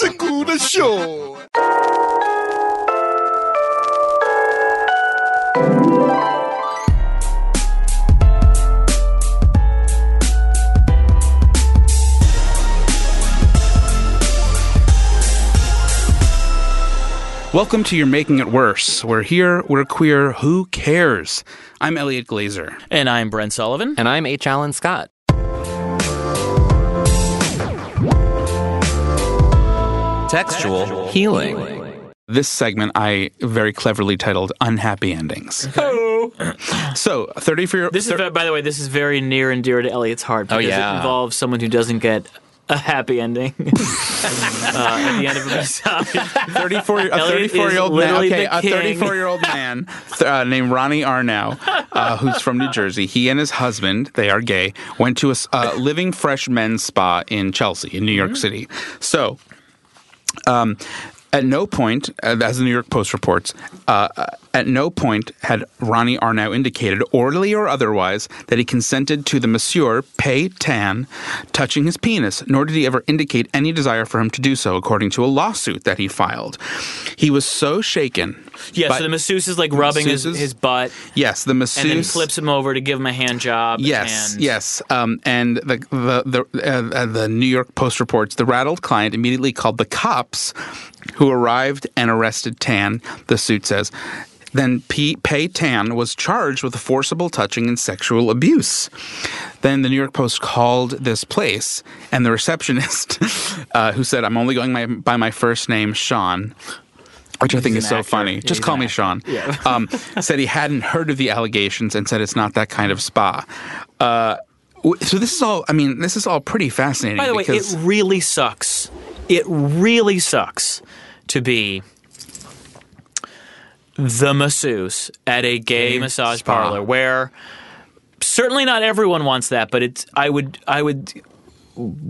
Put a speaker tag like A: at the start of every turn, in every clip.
A: Segura show.
B: Welcome to Your Making It Worse. We're here, we're queer, who cares? I'm Elliot Glazer.
C: And I'm Brent Sullivan.
D: And I'm H. Allen Scott. Textual healing.
B: This segment I very cleverly titled Unhappy Endings. So, 30 for your.
C: This is,
B: thir-
C: by the way, this is very near and dear to Elliot's heart because
D: yeah.
C: it involves someone who doesn't get a happy ending uh, at the end of a episode.
B: 34 a
C: Elliot
B: 34
C: is
B: year old man
C: literally
B: okay,
C: the
B: a
C: king.
B: 34 year old man th- uh, named Ronnie Arnow uh, who's from New Jersey he and his husband they are gay went to a s- uh, living fresh men's spa in Chelsea in New York
C: Mm-hmm.
B: City so um at no point, uh, as the New York Post reports, uh, uh, at no point had Ronnie Arnow indicated, orally or otherwise, that he consented to the Monsieur Pei Tan touching his penis, nor did he ever indicate any desire for him to do so, according to a lawsuit that he filed. He was so shaken.
C: yeah,
B: by-
C: so the masseuse is like rubbing his,
B: Masseuses?
C: his butt
B: Yes, the masseuse.
C: and then flips him over to give him a hand job.
B: Yes,
C: and-
B: yes. Um, and the the the, uh, uh, the New York Post reports the rattled client immediately called the cops, who arrived and arrested Tan. The suit says. Then P- Pei Tan was charged with forcible touching and sexual abuse. Then the New York Post called this place, and the receptionist, uh, who said, "I'm only going my, by my first name, Sean," which I think is
C: He's an
B: so
C: actor.
B: funny.
C: Yeah,
B: Just
C: he's
B: call
C: an
B: me
C: actor.
B: Sean. um, said he hadn't heard of the allegations and said it's not that kind of spa. Uh, w- so this is all. I mean, this is all pretty fascinating.
C: By the way,
B: because,
C: it really sucks. It really sucks to be the masseuse at a gay massage
B: spa.
C: parlor where certainly not everyone wants that, but it's I would I would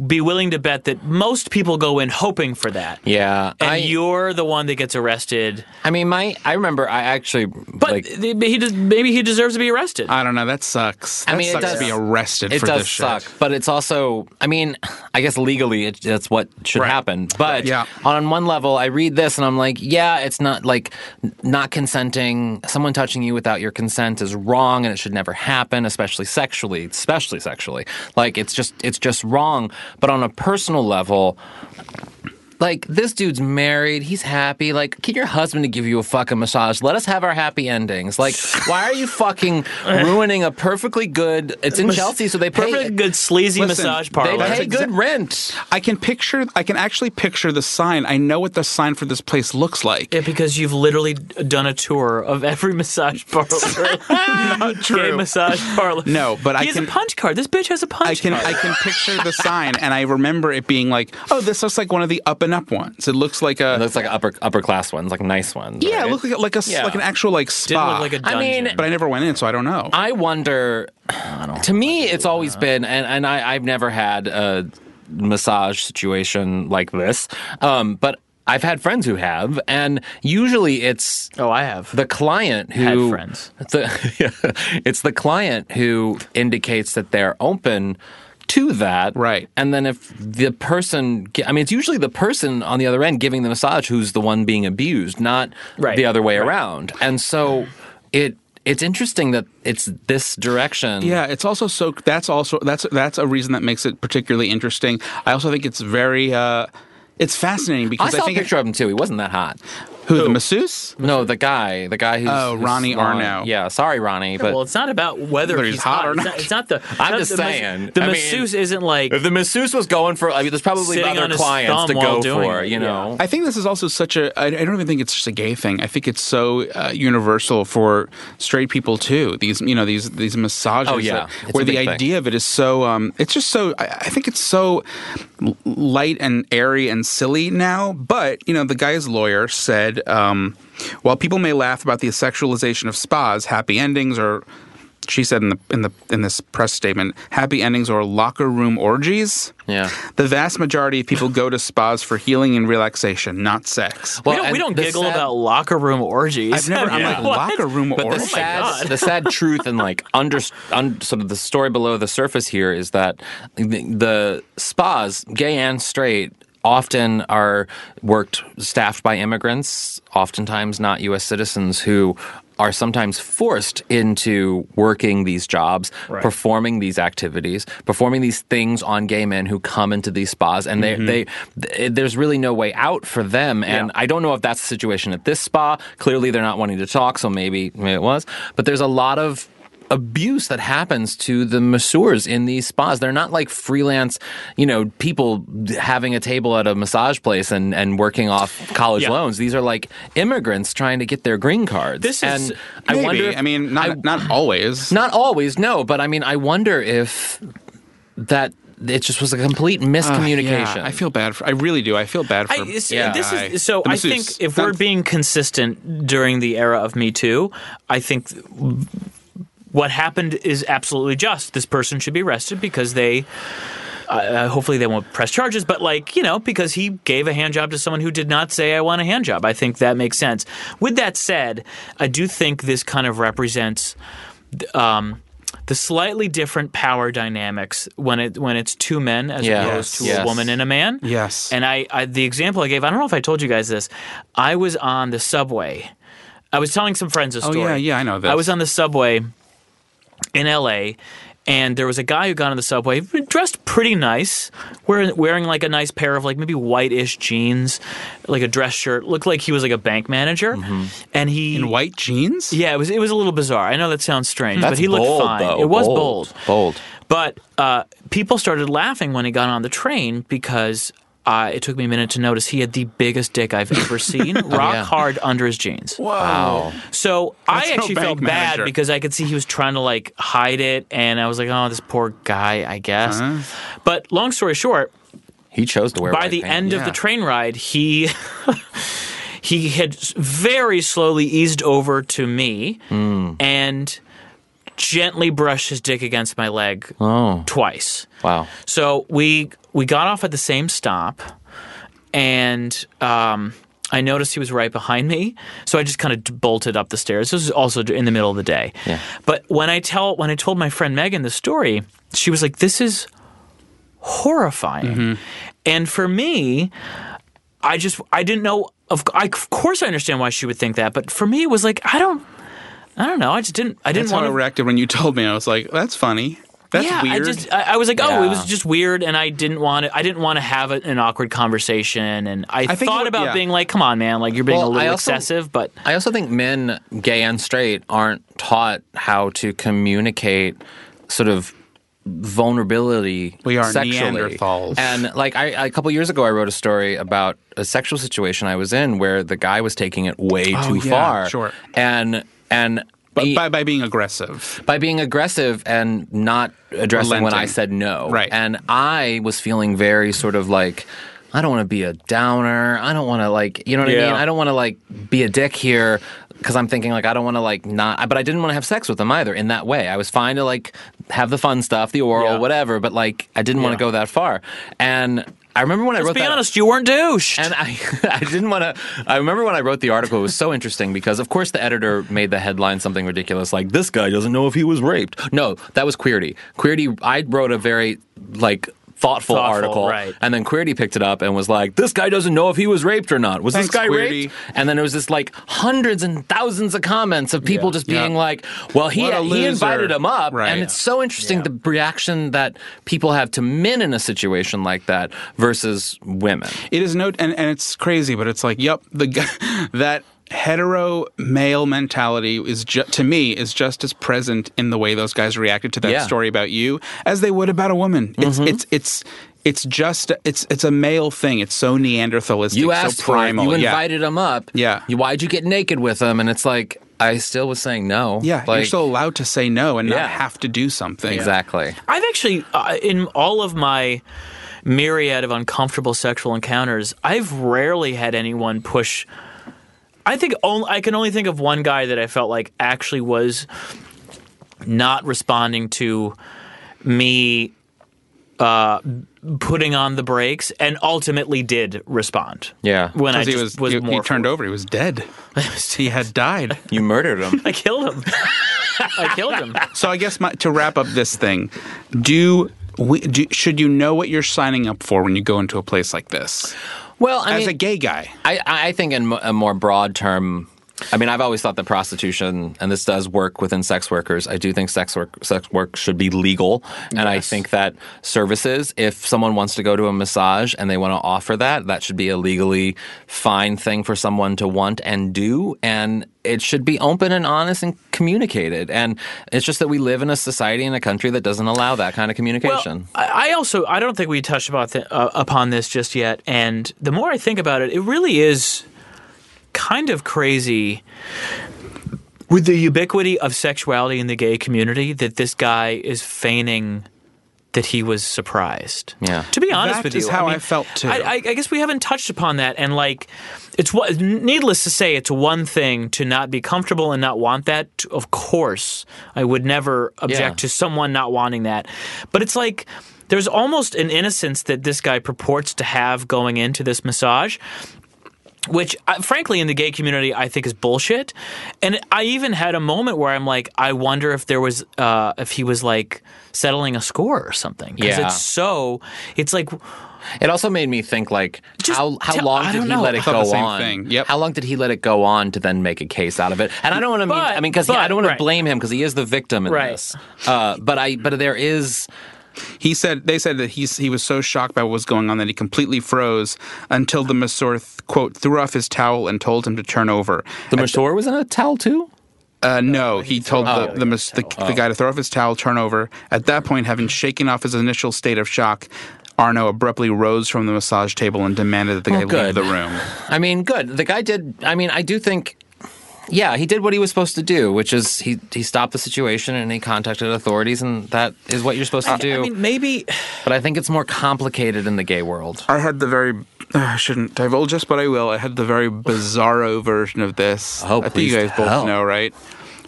C: be willing to bet that most people go in hoping for that.
D: Yeah.
C: And
D: I,
C: you're the one that gets arrested.
D: I mean, my I remember I actually
C: But
D: like
C: th- he des- maybe he deserves to be arrested.
B: I don't know. That sucks. That
D: I mean, it
B: sucks
D: does-
B: to be arrested
D: it
B: for
D: does
B: this
D: suck,
B: shit.
D: but it's also I mean, I guess legally it, that's what should
B: Right.
D: happen. But
B: Yeah.
D: on one level, I read this and I'm like, yeah, it's not like n- not consenting, someone touching you without your consent is wrong and it should never happen, especially sexually, especially sexually. Like it's just it's just wrong, but on a personal level, like this dude's married, he's happy. Like, get your husband to give you a fucking massage. Let us have our happy endings. Like, why are you fucking ruining a perfecttly good? It's in Chelsea, so they pay.
C: Perfect good sleazy
B: Listen,
C: massage
B: they
D: They
C: parlor.
D: pay
B: exa-
D: good rent.
B: I can picture. I can actually picture the sign. I know what the sign for this place looks like.
C: Yeah, because you've literally d- done a tour of every massage parlor. Not
B: true.
C: Gay massage parlor.
B: No, but
C: he
B: I
C: has
B: can-
C: a punch card. This bitch has a punch
B: I can
C: card.
B: I can picture the sign, and I remember it being like, "Oh, this looks like one of the up and up ones. It looks like a
D: It looks like upper upper class ones, like nice ones.
B: yeah, it
D: right?
B: looked like like a s-
D: Yeah.
B: like an actual like
C: Didn't
B: spa.
C: look like a
D: I
C: dungeon.
D: mean,
B: but I never went in, so I don't know.
D: I wonder. to me, it's always been, and, and I, I've never had a massage situation like this, um, but I've had friends who have, and usually it's
C: oh, I have.
D: the client who
C: Had friends.
D: The, yeah, it's the client who indicates that they're open to that,
B: Right.
D: And then if the person, I mean, it's usually the person on the other end giving the massage who's the one being abused, not
C: Right.
D: the other way around. And so it it's interesting that it's this direction.
B: Yeah, it's also so. That's also that's that's a reason that makes it particularly interesting. I also think it's very. uh It's fascinating
D: I
B: because I,
D: saw a
B: think
D: picture of him too. He wasn't that hot.
B: who the masseuse.
D: No, the guy, the guy who's
B: Oh,
D: who's
B: Ronnie
D: long.
B: Arnaud.
D: Yeah, sorry, Ronnie, but
C: well, it's not about whether
B: Whether he's
C: he's,
B: hot or
C: It's
B: not.
C: It's not the. it's
D: I'm
C: not
D: just
C: the mas-
D: saying.
C: The
D: I mean-
C: masseuse isn't like.
D: If the masseuse was going for, I mean, there's probably
C: Sitting on
D: other
C: his
D: clients to
C: thumb while
D: go
C: doing
D: for,
C: it,
D: you know.
B: I think this is also such a. I, I don't even think it's just a gay thing. I think it's so uh, universal for straight people too. These you know these these massages.
D: Oh, yeah.
B: that-
D: It's a
B: where the
D: big thing.
B: idea of it is so. Um, it's just so. I, I think it's so l- light and airy and silly now. But you know, the guy's lawyer said, um, while people may laugh about the sexualization of spas, happy endings or. She said in the in the in this press statement, "Happy endings or locker room orgies."
D: Yeah.
B: The vast majority of people go to spas for healing and relaxation, not sex.
D: Well,
C: we don't,
D: and
C: we don't
D: the
C: giggle
D: sad-
C: about locker room orgies.
B: I've never. I'm like
C: What?
B: locker room
D: But the
B: orgy.
D: sad,
C: God.
D: the sad truth, and like under, un, sort of the story below the surface here is that the, the spas, gay and straight. often are worked staffed by immigrants, oftentimes not U.S. citizens who are sometimes forced into working these jobs, performing these activities, performing these things on gay men who come into these spas, and
C: Mm-hmm.
D: they they th- there's really no way out for them. And I don't know if that's the situation at this spa. Clearly, they're not wanting to talk, so maybe, maybe it was. But there's a lot of abuse that happens to the masseurs in these spas. They're not like freelance, you know, people having a table at a massage place and, and working off college
C: Yeah.
D: loans. These are like immigrants trying to get their green cards.
C: This is-
D: and
B: Maybe.
D: I wonder. if-
B: I mean, not not always.
D: not always, no, but I mean, I wonder if that it just was a complete
C: Ah,
D: miscommunication.
B: Yeah, I feel bad for. I really do. I feel bad for.
C: I, it's-
D: Yeah.
C: this
B: guy.
C: is so.
B: The
C: I
B: masseuse.
C: think if we're
B: That's-
C: being consistent during the era of Me Too, I think th- what happened is absolutely just. This person should be arrested because they. Uh, hopefully they won't press charges, but like you know, because he gave a hand job to someone who did not say I want a hand job. I think that makes sense. With that said, I do think this kind of represents um, the slightly different power dynamics when it when it's two men as
D: Yeah.
C: opposed to
D: Yes.
C: a woman and a man.
B: Yes.
C: And I, I the example I gave, I don't know if I told you guys this. I was on the subway. I was telling some friends a story.
B: Oh, yeah, yeah, I know this.
C: I was on the subway in LA and there was a guy who got on the subway dressed pretty nice, wearing, wearing like a nice pair of like maybe whitish jeans, like a dress shirt, looked like he was like a bank manager. And he
B: Mm-hmm. in white jeans.
C: yeah, it was it was a little bizarre. I know that sounds strange,
D: That's
C: but he looked
D: bold,
C: fine.
D: though.
C: It was
D: Bold. Bold.
C: But uh, people started laughing when he got on the train because uh, it took me a minute to notice he had the biggest dick I've ever
B: Oh,
C: seen, rock
D: yeah.
C: hard under his jeans.
D: wow.
C: So
B: That's
C: I
B: no
C: actually felt
B: bank manager.
C: bad because I could see he was trying to like hide it, and I was like, oh, this poor guy, I guess.
B: Uh-huh.
C: But long story short,
D: He chose to wear
C: by
D: white
C: the
D: pants.
C: end
B: yeah.
C: of the train ride, he he had s- very slowly eased over to me
B: Hmm.
C: and gently brushed his dick against my leg
B: Oh.
C: twice.
D: Wow.
C: So we we got off at the same stop, and um, I noticed he was right behind me. So I just kind of bolted up the stairs. This was also in the middle of the day.
D: Yeah.
C: But when I tell when I told my friend Megan the story, she was like, "This is horrifying,"
B: Mm-hmm.
C: and for me, I just I didn't know. Of, c- I, of course, I understand why she would think that, but for me, it was like I don't, I don't know. I just didn't. I didn't
B: That's how
C: want
B: I
C: to
B: reacted when you told me. I was like, "That's funny. That's
C: yeah,
B: weird."
C: I just I, I was like, oh, it
D: Yeah.
C: was just weird, and I didn't want to. I didn't want to have a, an awkward conversation, and I,
B: think it
C: thought
B: would-
C: about
B: yeah.
C: being like, come on, man, like you're being
D: Well,
C: a little
D: I also-
C: excessive, but
D: I also think men, gay and straight, aren't taught how to communicate sort of vulnerability
B: We are
D: sexually.
B: Neanderthals.
D: And like I, a couple years ago I wrote a story about a sexual situation I was in where the guy was taking it way
C: Oh,
D: too
B: yeah,
D: far.
B: sure.
D: And and
B: but
D: he-
B: by, by being aggressive,
D: by being aggressive and not addressing when
B: Relenting.
D: I said no.
B: Right.
D: And I was feeling very sort of like, I don't want to be a downer. I don't want to like, you know what I
C: Yeah.
D: mean? I don't want to like be a dick here because I'm thinking like I don't want to like not, but I didn't want to have sex with them either in that way. I was fine to like have the fun stuff, the oral,
C: Yeah.
D: whatever, but like I didn't want
C: Yeah.
D: to go that far. And I remember when I
C: let's
D: wrote
C: be
D: that.
C: honest, you weren't douche.
D: And I, I didn't want to. I remember when I wrote the article, it was so interesting because, of course, the editor made the headline something ridiculous like, This guy doesn't know if he was raped. No, that was Queerty. Queerty, I wrote a very, like, Thoughtful,
C: Thoughtful,
D: article,
C: right.
D: and then Queerty picked it up and was like, "This guy doesn't know if he was raped or not. Was
B: Thanks,
D: this guy
B: Queerty.
D: raped?" And then it was this like hundreds and thousands of comments of people
C: Yeah.
D: just
B: Yeah.
D: being like, "Well, he
B: What a
D: he invited
B: loser.
D: him up,
B: Right.
D: and it's so interesting the reaction that people have to men in a situation like that versus women."
B: it is no, and, and it's crazy, but it's like, yep, the guy, that hetero male mentality is ju- to me is just as present in the way those guys reacted to that
D: Yeah. Mm-hmm.
B: story about you as they would about a woman. It's it's it's it's just it's it's a male thing. It's so Neanderthalistic,
D: You asked
B: so
D: primal.
B: primal.
D: You
B: yeah.
D: invited him up.
B: Yeah.
D: You, why'd you get naked with him? And it's like I still was saying no.
B: Yeah,
D: Like,
B: you're still allowed to say no and
D: Yeah.
B: not have to do something.
D: exactly.
C: I've actually, uh, in all of my myriad of uncomfortable sexual encounters, I've rarely had anyone push. I think only, I can only think of one guy that I felt like actually was not responding to me uh, putting on the brakes, and ultimately did respond.
D: Yeah.
C: when I
B: Because he
C: just
B: was,
C: was
B: he, he
C: more
B: turned
C: forward.
B: over. He was dead. he had died.
D: You murdered him.
C: I killed him. I killed him.
B: So I guess my, to wrap up this thing, do we, do, should you know what you're signing up for when you go into a place like this
D: Well, I
B: as
D: mean,
B: a gay guy?
D: I, I think in mo- a more broad term, I mean, I've always thought that prostitution, and this does work within sex workers. I do think sex work sex work should be legal, and I think that services, if someone wants to go to a massage and they want to offer that, that should be a legally fine thing for someone to want and do, and it should be open and honest and communicated. And it's just that we live in a society in a country that doesn't allow that kind of communication.
C: Well, I I also I don't think we touched about th- uh, upon this just yet, and the more I think about it, it really is kind of crazy with the ubiquity of sexuality in the gay community that this guy is feigning that he was surprised.
D: Yeah.
C: To be honest
B: That
C: with
B: is
C: you,
B: how
C: I, mean,
B: I felt, too.
C: I, I, I guess we haven't touched upon that, and like, it's what. Needless to say, it's one thing to not be comfortable and not want that. Of course, I would never object
D: Yeah.
C: to someone not wanting that, but it's like. There's almost an innocence that this guy purports to have going into this massage which uh, frankly in the gay community i think is bullshit and i even had a moment where i'm like i wonder if there was uh, if he was like settling a score or something because
D: Yeah.
C: it's so it's like
D: It also made me think like
C: Just
D: how how
C: tell-
D: long
C: I
D: did
C: don't
D: he
C: know.
D: let
C: I
D: it
B: thought
D: go
B: the same
D: on?
B: thing. Yep.
D: How long did he let it go on to then make a case out of it? And I don't want to mean
C: But-
D: I mean because I
C: but-
D: don't want
C: right.
D: to blame him because he is the victim in
C: Right.
D: this. Uh, but I but there is
B: He said they said that he's, he was so shocked by what was going on that he completely froze until the masseur th- quote threw off his towel and told him to turn over.
D: the mature was in a towel too.
B: Uh,
D: Oh,
B: no, he told the the, mas- the, the guy to throw off his towel, turn over. At that point, having shaken off his initial state of shock, Arno abruptly rose from the massage table and demanded that the guy leave
D: Oh, good.
B: the room.
D: I mean, good. The guy did. I mean, I do think. Yeah, he did what he was supposed to do, which is he he stopped the situation and he contacted authorities, and that is what you're supposed to do.
C: i mean maybe
D: but I think it's more complicated in the gay world.
B: I had the very uh, I shouldn't divulge this, but I will. I had the very bizarro version of this.
D: Oh,
B: I think you
D: please
B: guys both
D: tell.
B: know, right?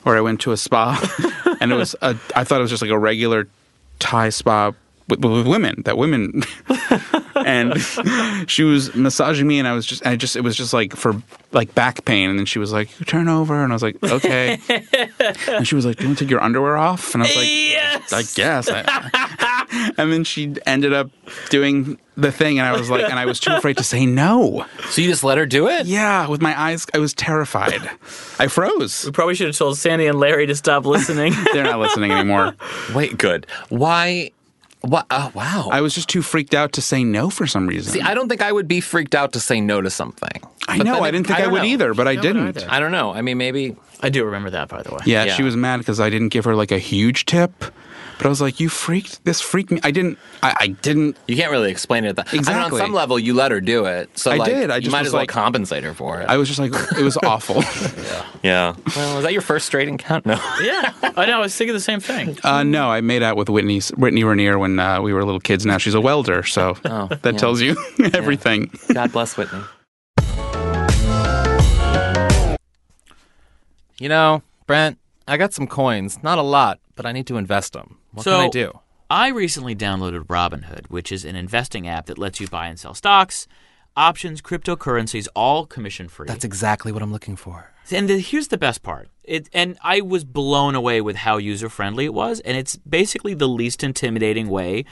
B: Where I went to a spa, and it was a, I thought it was just like a regular Thai spa with, with women. That women, and she was massaging me, and I was just I just it was just like for like back pain, and then she was like, "You turn over," and I was like, "Okay," and she was like, "Do you want to take your underwear off?" And I was like,
C: yes
B: I guess. I- and then she ended up doing the thing, and I was like, and I was too afraid to say no.
D: So you just let her do it?
B: Yeah, with my eyes, I was terrified. I froze.
C: we probably should have told sandy and larry to stop listening
B: They're not listening anymore.
D: Wait, good. Why? What? Oh, wow.
B: I was just too freaked out to say no for some reason.
D: See, I don't think I would be freaked out to say no to something.
B: I
D: But
B: know.
D: then
B: I didn't think I,
D: don't
B: would
D: know.
B: either, but I didn't.
C: either.
D: I don't know. I mean, maybe.
C: i do remember that by the way
B: Yeah,
D: Yeah.
B: she was mad because I didn't give her like a huge tip. But I was like, "You freaked! This freaked me. I didn't. I, I didn't.
D: You can't really explain it. That, I mean, on
B: Exactly.
D: some level, you let her do it. So
B: I
D: like,
B: did. I
D: you
B: just
D: might
B: was
D: as well
B: like-
D: compensate her for it.
B: I was just like, it was awful.
D: yeah. Well, was that your first straight encounter? No.
C: yeah i know i was thinking the same thing
B: Uh, no, I made out with Whitney Whitney Rainier when uh, we were little kids. Now she's a welder, so that
D: yeah.
B: tells you everything.
D: God bless Whitney. You know, Brent, I got some coins. Not a lot, but I need to invest them. What
C: So-
D: can I do?
C: I recently downloaded Robinhood, which is an investing app that lets you buy and sell stocks, options, cryptocurrencies, all commission free.
D: That's exactly what I'm looking for.
C: And the, here's the best part. It and I was blown away with how user friendly it was, and it's basically the least intimidating way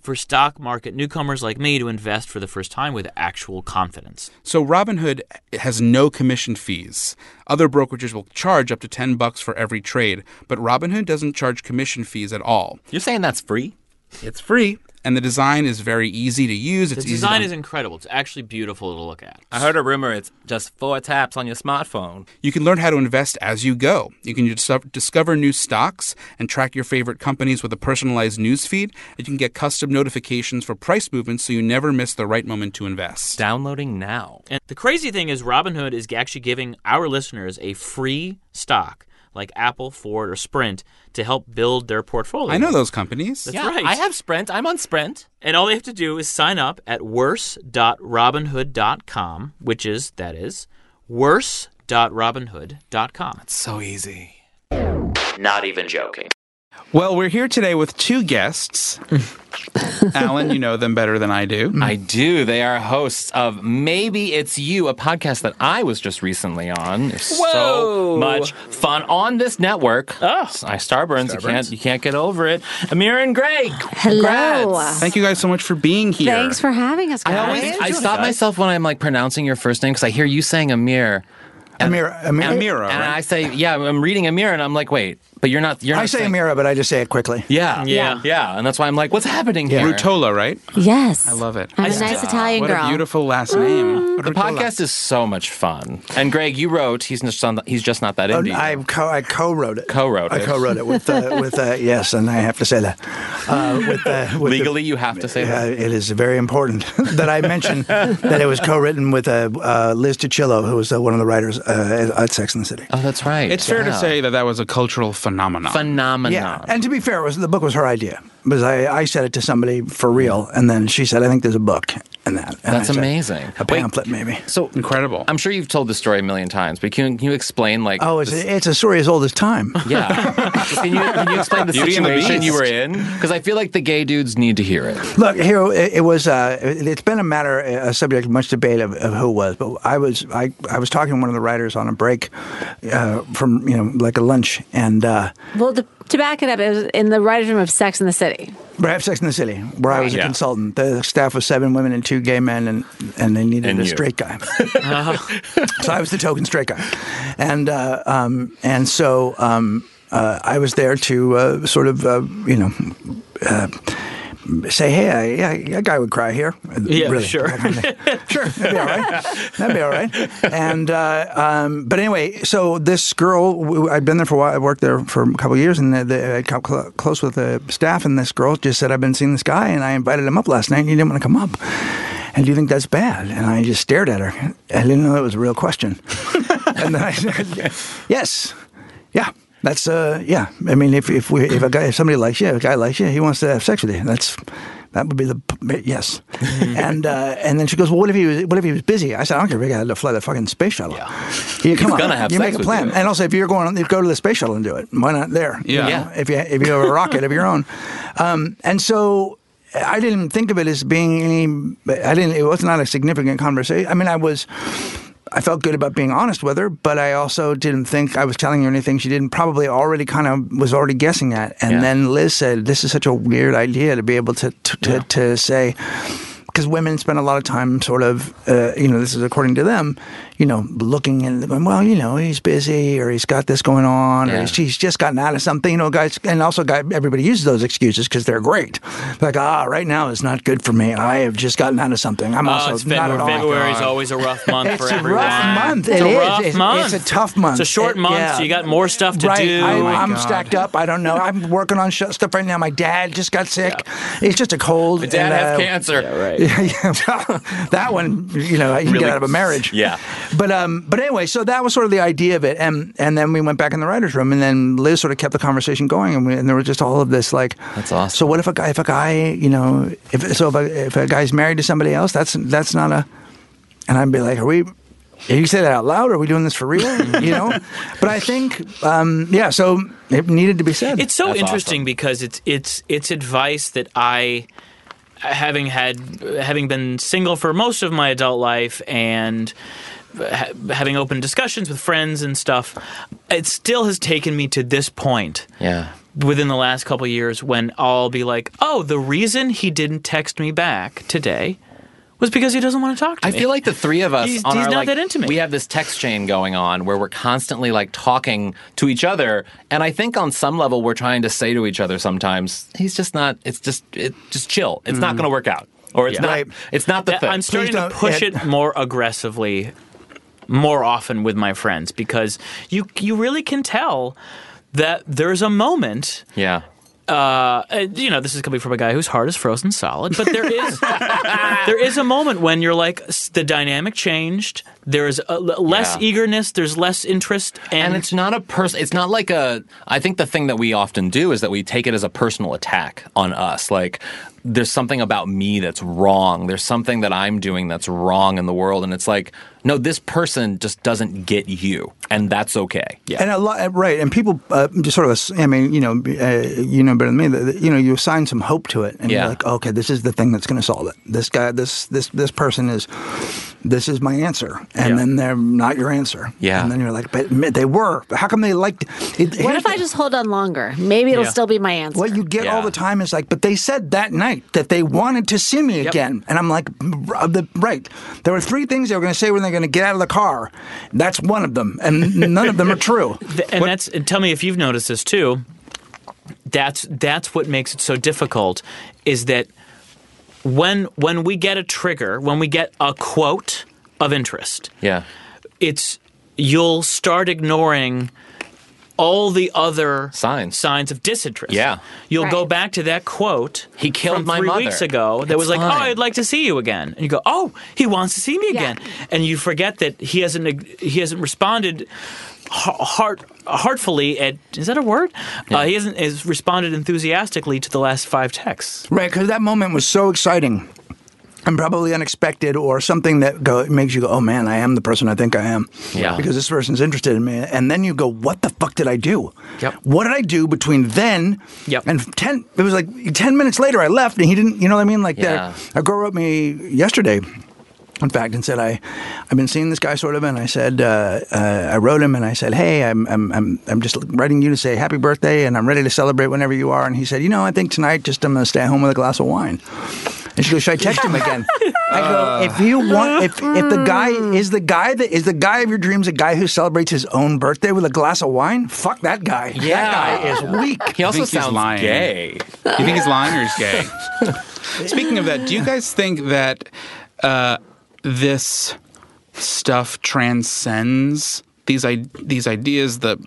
C: for stock market newcomers like me to invest for the first time with actual confidence.
B: So Robinhood has no commission fees. Other brokerages will charge up to ten bucks for every trade, but Robinhood doesn't charge commission fees at all.
D: You're saying that's free?
B: It's free, and the design is very easy to use.
C: The
B: It's
C: design
B: easy to
C: is incredible. It's actually beautiful to look at.
D: I heard a rumor it's just four taps on your smartphone.
B: You can learn how to invest as you go. You can dis- discover new stocks and track your favorite companies with a personalized news feed. And you can get custom notifications for price movements so you never miss the right moment to invest.
D: Downloading now.
C: And the crazy thing is, Robinhood is actually giving our listeners a free stock like Apple, Ford, or Sprint to help build their portfolio.
B: I know those companies.
C: That's right.
D: I have Sprint. I'm on Sprint.
C: And all they have to do is sign up at worse.robinhood.com, which is, that is, worse.robinhood.com.
D: So easy.
C: Not even joking.
B: Well, we're here today with two guests. Alan, you know them better than I do.
D: I do. They are hosts of Maybe It's You, a podcast that I was just recently on. There's
C: Whoa.
D: So much fun on this network. Oh. I Starburns, You can't you can't get over it. Amir and Greg.
E: Hello.
D: congrats.
B: Thank you guys so much for being here.
E: Thanks for having us, guys.
D: I always I
C: Enjoy,
D: stop
C: guys.
D: myself when I'm like pronouncing your first name because I hear you saying Amir.
A: Amira. Amira.
B: Amira,
D: And I
B: right?
D: say, yeah, I'm reading Amir, and I'm like, wait, but you're not. You're not
A: I say
D: saying-
A: Amira, but I just say it quickly.
D: Yeah,
C: Yeah.
D: yeah, yeah, and that's why I'm like, what's happening here?
B: Rutola, right?
E: yes.
B: I love it.
E: I'm a nice Italian
B: what
E: girl. Mm.
B: a beautiful last name.
D: The podcast is so much fun. And Greg, you wrote. He's just on. He's just not that
A: Oh,
D: indie.
A: I co I co-wrote it.
D: Co-wrote
A: I
D: it.
A: co-wrote it with uh, with uh, yes, and I have to say that uh, with, uh, with the-
D: Legally, you have to say
A: Yeah,
D: that.
A: it is very important that I mention that it was co-written with uh, uh, Liz Tuchillo, who was uh, one of the writers uh, at Sex and the City.
D: Oh, that's right.
B: It's fair to
D: Yeah.
B: say that that was a cultural phenomenon.
D: phenomenon.
A: Yeah, and to be fair, it was, the book was her idea because I, I said it to somebody for real, and then she said, "I think there's a book in that." And
D: That's
A: I said,
D: amazing.
A: A
D: Wait.
A: pamphlet, maybe.
D: So
B: Incredible.
D: I'm sure you've told this story a million times, but can, can you explain like?
A: Oh, it's
D: this-
A: a, it's a story as old as time.
D: yeah. can, you, can you explain the
B: Beauty and the
D: situation you
B: Beast.
D: were in? Because I feel like the gay dudes need to hear it.
A: Look, here it, it was. Uh, it, it's been a matter, a subject of much debate of, of who was. But I was, I, I was talking to one of the writers on a break uh, from, you know, like a lunch, and uh,
E: well, to, to back it up, it was in the writers' room of Sex in the City.
A: I have Sex in the City, where I was a
D: Yeah.
A: consultant. The staff was seven women and two gay men, and and they needed
D: And
A: a
D: you.
A: straight guy. so I was the token straight guy, and uh, um, and so um, uh, I was there to uh, sort of, uh, you know. Uh, Say hey, I, yeah, a guy would cry here.
C: Yeah, sure.
A: that kind of thing. sure, that'd be all right. That'd be all right. And uh, um, but anyway, so this girl, w- I'd been there for a while. I worked there for a couple of years, and the, the, I got cl- close with the staff. And this girl just said, "I've been seeing this guy, and I invited him up last night, and he didn't want to come up." And do you think that's bad? And I just stared at her. I didn't know that was a real question. and then I said, "Yes, yeah." That's uh yeah. I mean, if if we if a guy if somebody likes you, if a guy likes you, he wants to have sex with you. That's that would be the p- yes.
D: Mm-hmm.
A: and uh, and then she goes, well, what if he was what if he was busy? I said, I don't care. We got to fly the fucking space shuttle. You come on,
D: gonna have
A: you
D: sex
A: make a
D: with
A: plan.
D: you.
A: And also, if you're going, you go to the space shuttle and do it. Why not there?
B: Yeah.
D: Yeah.
A: know, if you if you have a rocket of your own, um, and so. I didn't think of it as being any. I didn't. It was not a significant conversation. I mean, I was. I felt good about being honest with her, but I also didn't think I was telling her anything she didn't probably already kind of was already guessing at. And
D: Yeah.
A: then Liz said, "This is such a weird idea to be able to to, to, to say." Because women spend a lot of time, sort of, uh, you know, this is according to them, you know, looking and going, well, you know, he's busy or he's got this going on or
D: Yeah.
A: he's, he's just gotten out of something, you know, guys. And also, guy, everybody uses those excuses because they're great. Like, ah, right now is not good for me. I have just gotten out of something. I'm
C: Oh,
A: also
C: it's
A: not
C: February.
A: at all.
C: February is always a rough month
A: It's
C: for
A: a rough
C: everyone.
A: month.
C: It's
A: It
C: a
A: is.
C: rough
A: It's-
C: month.
A: it's a tough month.
C: It's a short
A: It-
C: month,
A: yeah.
C: so you got more stuff to
A: right.
C: do. oh
A: I,
B: my
A: I'm
B: God.
A: stacked up. I don't know. I'm working on sh- stuff right now. My dad just got sick. It's just a cold.
D: The dad
A: and,
D: has
A: uh,
D: cancer.
A: yeah, yeah. that one, you know, you can
D: Really-
A: get out of a marriage.
D: Yeah.
A: But um, but anyway, so that was sort of the idea of it, and and then we went back in the writers' room, and then Liz sort of kept the conversation going, and, we, and there was just all of this like.
D: That's awesome.
A: So what if a guy, if a guy, you know, if so if a, if a guy's married to somebody else, that's that's not a, and I'd be like, are we? You say that out loud? Are we doing this for real? you know, but I think, um, yeah. So it needed to be said.
C: It's so
D: That's
C: interesting
D: awesome.
C: because it's it's it's advice that I having had having been single for most of my adult life and ha- having open discussions with friends and stuff it still has taken me to this point
D: Yeah.
C: within the last couple of years when I'll be like oh the reason he didn't text me back today was because he doesn't want to talk to
D: I
C: me
D: feel like the three of us
C: He's-
D: on
C: he's
D: our,
C: not
D: like,
C: that intimate.
D: We have this text chain going on where we're constantly like talking to each other, and I think on some level we're trying to say to each other sometimes, "He's just not. It's just it just chill. It's not going to work out, or it's
C: Mm. Yeah.
D: not.
A: Right.
D: It's not the
C: Yeah,
D: thing."
C: I'm starting to
A: don't-
C: push
A: yeah.
C: it more aggressively, more often with my friends because you you really can tell that there's a moment.
D: yeah.
C: Uh, uh, you know, this is coming from a guy whose heart is frozen solid, but there is there is a moment when you're like s- the dynamic changed. There is a, l- less
D: Yeah.
C: eagerness. There's less interest, and,
D: And it's not a person. It's not like a. I think the thing that we often do is that we take it as a personal attack on us. Like there's something about me that's wrong. There's something that I'm doing that's wrong in the world, and it's like, no, this person just doesn't get you, and that's okay.
B: Yeah.
A: And a lot, right? And people uh, just sort of, ass- I mean, you know, uh, you know better than me. That, that, you know, you assign some hope to it, and
D: Yeah.
A: you're like, okay, this is the thing that's going to solve it. This guy, this this this person is, this is my answer, and
C: Yeah.
A: then they're not your answer.
D: Yeah.
A: And then you're like, but ma- they were. How come they liked? It,
E: What if I just hold on longer? Maybe it'll
C: Yeah.
E: still be my answer.
A: What you get
D: Yeah.
A: all the time is like, but they said that night that they wanted to see me again, and I'm like, "R- the- right. There were three things they were going to say when they're going to get out of the car. That's one of them, and none of them are true.
C: Th- and that's and tell me if you've noticed this too. That's that's what makes it so difficult is that when when we get a trigger, when we get a quote of interest,
D: Yeah.
C: it's you'll start ignoring all the other
D: Signs.
C: signs of disinterest.
D: Yeah.
C: You'll go
E: Right.
C: back to that quote
D: He killed
C: from
D: my
C: three
D: mother.
C: weeks ago that
D: It's
C: was like, "Oh,
D: fine."
C: I'd like to see you again," and you go, "Oh, he wants to see me
E: Yeah.
C: again," and you forget that he hasn't ig- he hasn't responded ha- heart heartfully at is that a word? Uh, he hasn't has responded enthusiastically to the last five texts.
A: Right, because that moment was so exciting and probably unexpected or something that go, makes you go, oh man, I am the person I think I am.
D: Yeah.
A: Because this person's interested in me. And then you go, what the fuck did I do?
C: Yep.
A: What did I do between then
C: Yep.
A: and 10? It was like 10 minutes later, I left and he didn't, you know what I mean? Like
D: Yeah.
A: that. A girl wrote me yesterday. In fact, and said I, I've been seeing this guy sort of, and I said uh, uh, I wrote him, and I said, hey, I'm, I'm I'm I'm just writing you to say happy birthday, and I'm ready to celebrate whenever you are. And he said, you know, I think tonight just I'm gonna stay at home with a glass of wine. And she goes, should I text him again? I go, if you want, if if the guy is the guy that is the guy of your dreams, a guy who celebrates his own birthday with a glass of wine, fuck that guy.
D: Yeah.
A: that guy is weak.
D: He also
B: think he's
D: sounds
B: lying.
D: gay.
B: You think he's lying or he's gay? Speaking of that, do you guys think that uh, this stuff transcends these I- these ideas, the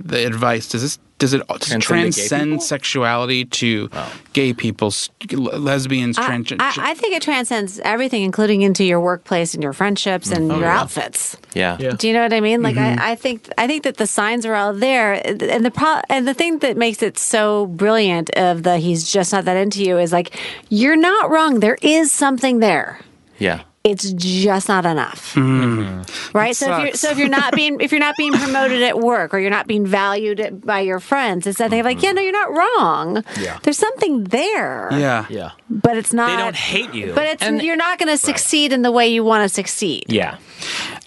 B: the advice? Does this does it does it
D: Transcend to gay people?
B: transcend sexuality to gay people, s- le- lesbians,
E: I,
B: trans?
E: I- I think it transcends everything, including into your workplace and your friendships and your outfits.
D: Yeah.
C: Yeah.
E: Do you know what I mean? Like I, I think I think that the signs are all there, and the pro- and the thing that makes it so brilliant of the he's just not that into you is like you're not wrong. There is something there.
D: Yeah.
E: It's just not enough,
B: Mm-hmm.
E: right? So if, you're, so if you're not being if you're not being promoted at work or you're not being valued at, by your friends, it's that thing of like, yeah, no, you're not wrong.
B: Mm-hmm. Yeah.
E: There's something there,
B: yeah.
C: Yeah,
E: but it's not.
C: they don't hate you.
E: But it's you're not going to succeed in the way you want to succeed,
D: Yeah.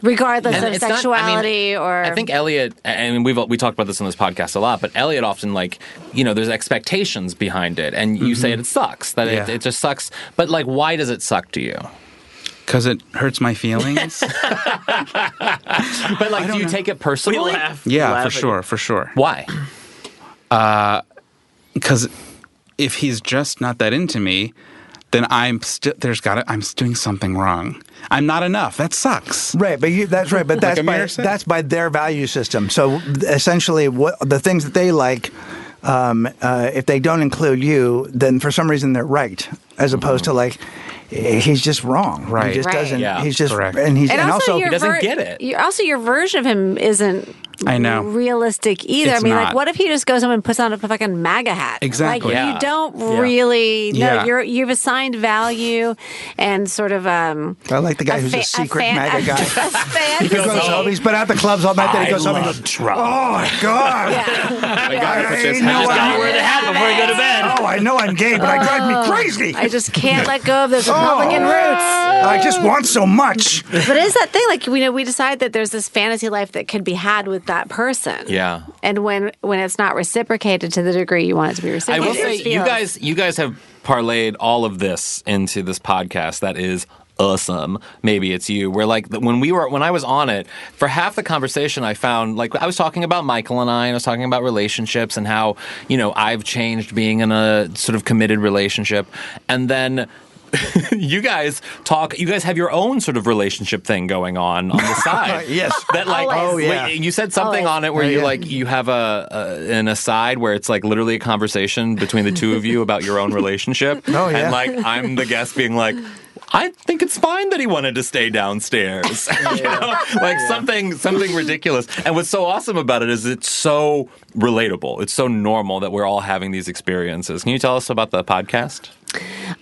E: regardless
D: And
E: of
D: it's not- I mean,
E: sexuality or.
D: I think Elliot, and we've we talked about this on this podcast a lot, but Elliot often like you know there's expectations behind it, and you say it sucks that it,
B: Yeah.
D: it just sucks. But like, why does it suck to you?
B: Because it hurts my feelings.
D: But like, do you take it
C: we
D: personally?
C: laugh.
B: yeah,
C: laugh
B: for
C: at-
B: sure, for sure.
D: Why?
B: because if he's just not that into me, then I'm still there's got to I'm doing something wrong. I'm not enough. That sucks.
A: Right, but you, that's right, but that's
B: Amir
A: by
B: said.
A: that's by their value system. So essentially, what the things that they like, um, uh, if they don't include you, then for some reason they're right, as opposed to like eh, he's just wrong.
B: Right.
A: he just
E: Right.
A: doesn't.
D: Yeah.
A: He's just
B: Correct.
A: and he's
E: and, also, your
D: he doesn't
E: ver-
D: get it.
E: your- also, your version of him isn't.
B: I know.
E: Realistic either.
B: It's
E: I mean, like,
B: not.
E: what if he just goes home and puts on a fucking MAGA hat?
B: Exactly.
E: Like,
D: Yeah.
E: you don't
C: Yeah.
E: really know.
B: Yeah.
E: You're you've assigned value and sort of um.
A: I like the guy who's a, secret MAGA guy.
E: A, fantasy.
A: He goes home. He's been at the clubs all night. Then he
D: I
A: goes home. and
D: love
A: goes, oh my god! I,
B: It's just-
A: know
B: I just
C: Gotta wear the
A: I'm,
C: hat before you go to bed.
A: oh, I know I'm gay, but I drive me crazy.
E: Oh. I just can't let go of
A: Oh.
E: those Republican roots.
A: I just want so much.
E: But it is that thing like we know we decide that there's this fantasy life that could be had with that person.
D: Yeah.
E: And when when it's not reciprocated to the degree you want it to be
D: I
E: reciprocated,
D: will say,
E: it
D: you
E: feels-
D: guys, you guys have parlayed all of this into this podcast. That is awesome. Maybe it's you. Where like the- when we were when I was on it for half the conversation, I found like I was talking about Michael and I, and I was talking about relationships and how you know I've changed being in a sort of committed relationship, and then. you guys talk. You guys have your own sort of relationship thing going on on the side.
A: Yes.
D: that like
E: Always.
A: Oh, yeah.
D: wait, you said something
E: Always.
D: on it where
A: Oh,
D: you
A: yeah.
D: like you have a, a an aside where it's like literally a conversation between the two of you about your own relationship.
A: Oh, yeah.
D: And like I'm the guest being like I think it's fine that he wanted to stay downstairs. you know? Like something something ridiculous. And what's so awesome about it is it's so relatable. It's so normal that we're all having these experiences. Can you tell us about the podcast?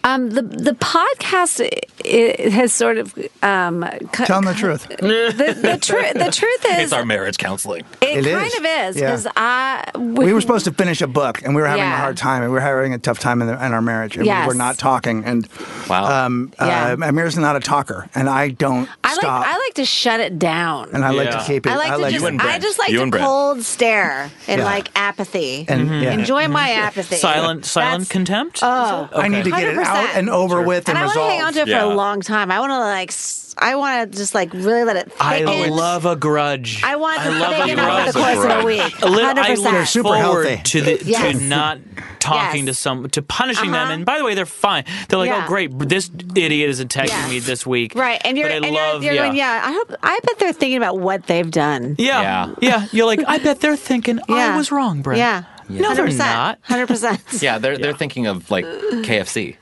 E: Um, the the podcast it, it has sort of um, cu-
A: Tell them the truth.
E: the the, tru- the truth is
D: It's our marriage counseling.
E: it,
A: It
E: kind
A: is.
E: of is
A: Yeah.
E: because I
A: We were supposed to finish a book, and we were having a
E: Yeah.
A: hard time, and we were having a tough time in, the, in our marriage, and
E: Yes.
A: we were not talking. And
D: Wow.
A: um,
E: Yeah.
A: uh, Amir's not a talker, and I don't
E: I like
A: stop,
E: I like to shut it down.
A: and I like to
C: Yeah.
A: keep it.
E: I like to just
D: and
E: I
D: Brent.
E: just like
D: You
E: to
D: and Brent.
E: cold stare and
A: Yeah.
E: like apathy.
A: and, yeah.
E: Enjoy my apathy.
C: Silent, silent
E: That's-
C: contempt.
E: Oh.
A: I need to get it out
E: 100%.
A: and over with and,
E: And I want to
A: resolve.
E: hang on to it for
D: Yeah.
E: a long time. I want to like s- I want to just like really let it thicken.
C: I love a grudge.
E: I want it to
C: love a
E: thicken over the
C: grudge.
B: grudge.
E: course of a week.
C: A little-
E: Hundred
C: I
E: percent.
C: look
A: super
C: forward
A: healthy.
C: to the
E: Yes.
C: to not talking
E: Yes.
C: to some to punishing them.
E: Uh-huh.
C: And by the way, they're fine. They're like,
E: Yeah.
C: oh great, this idiot is attacking
E: Yes.
C: me this week.
E: Right, and you're
C: But I
E: and
C: love,
E: you're, you're
C: yeah.
E: going, yeah. I hope I bet they're thinking about what they've done.
C: Yeah. yeah, You're like, I bet they're thinking I
E: Yeah.
C: was wrong, Brent.
E: Yeah,
C: no, they're not.
E: Hundred percent.
D: yeah, they're they're thinking of like KFC.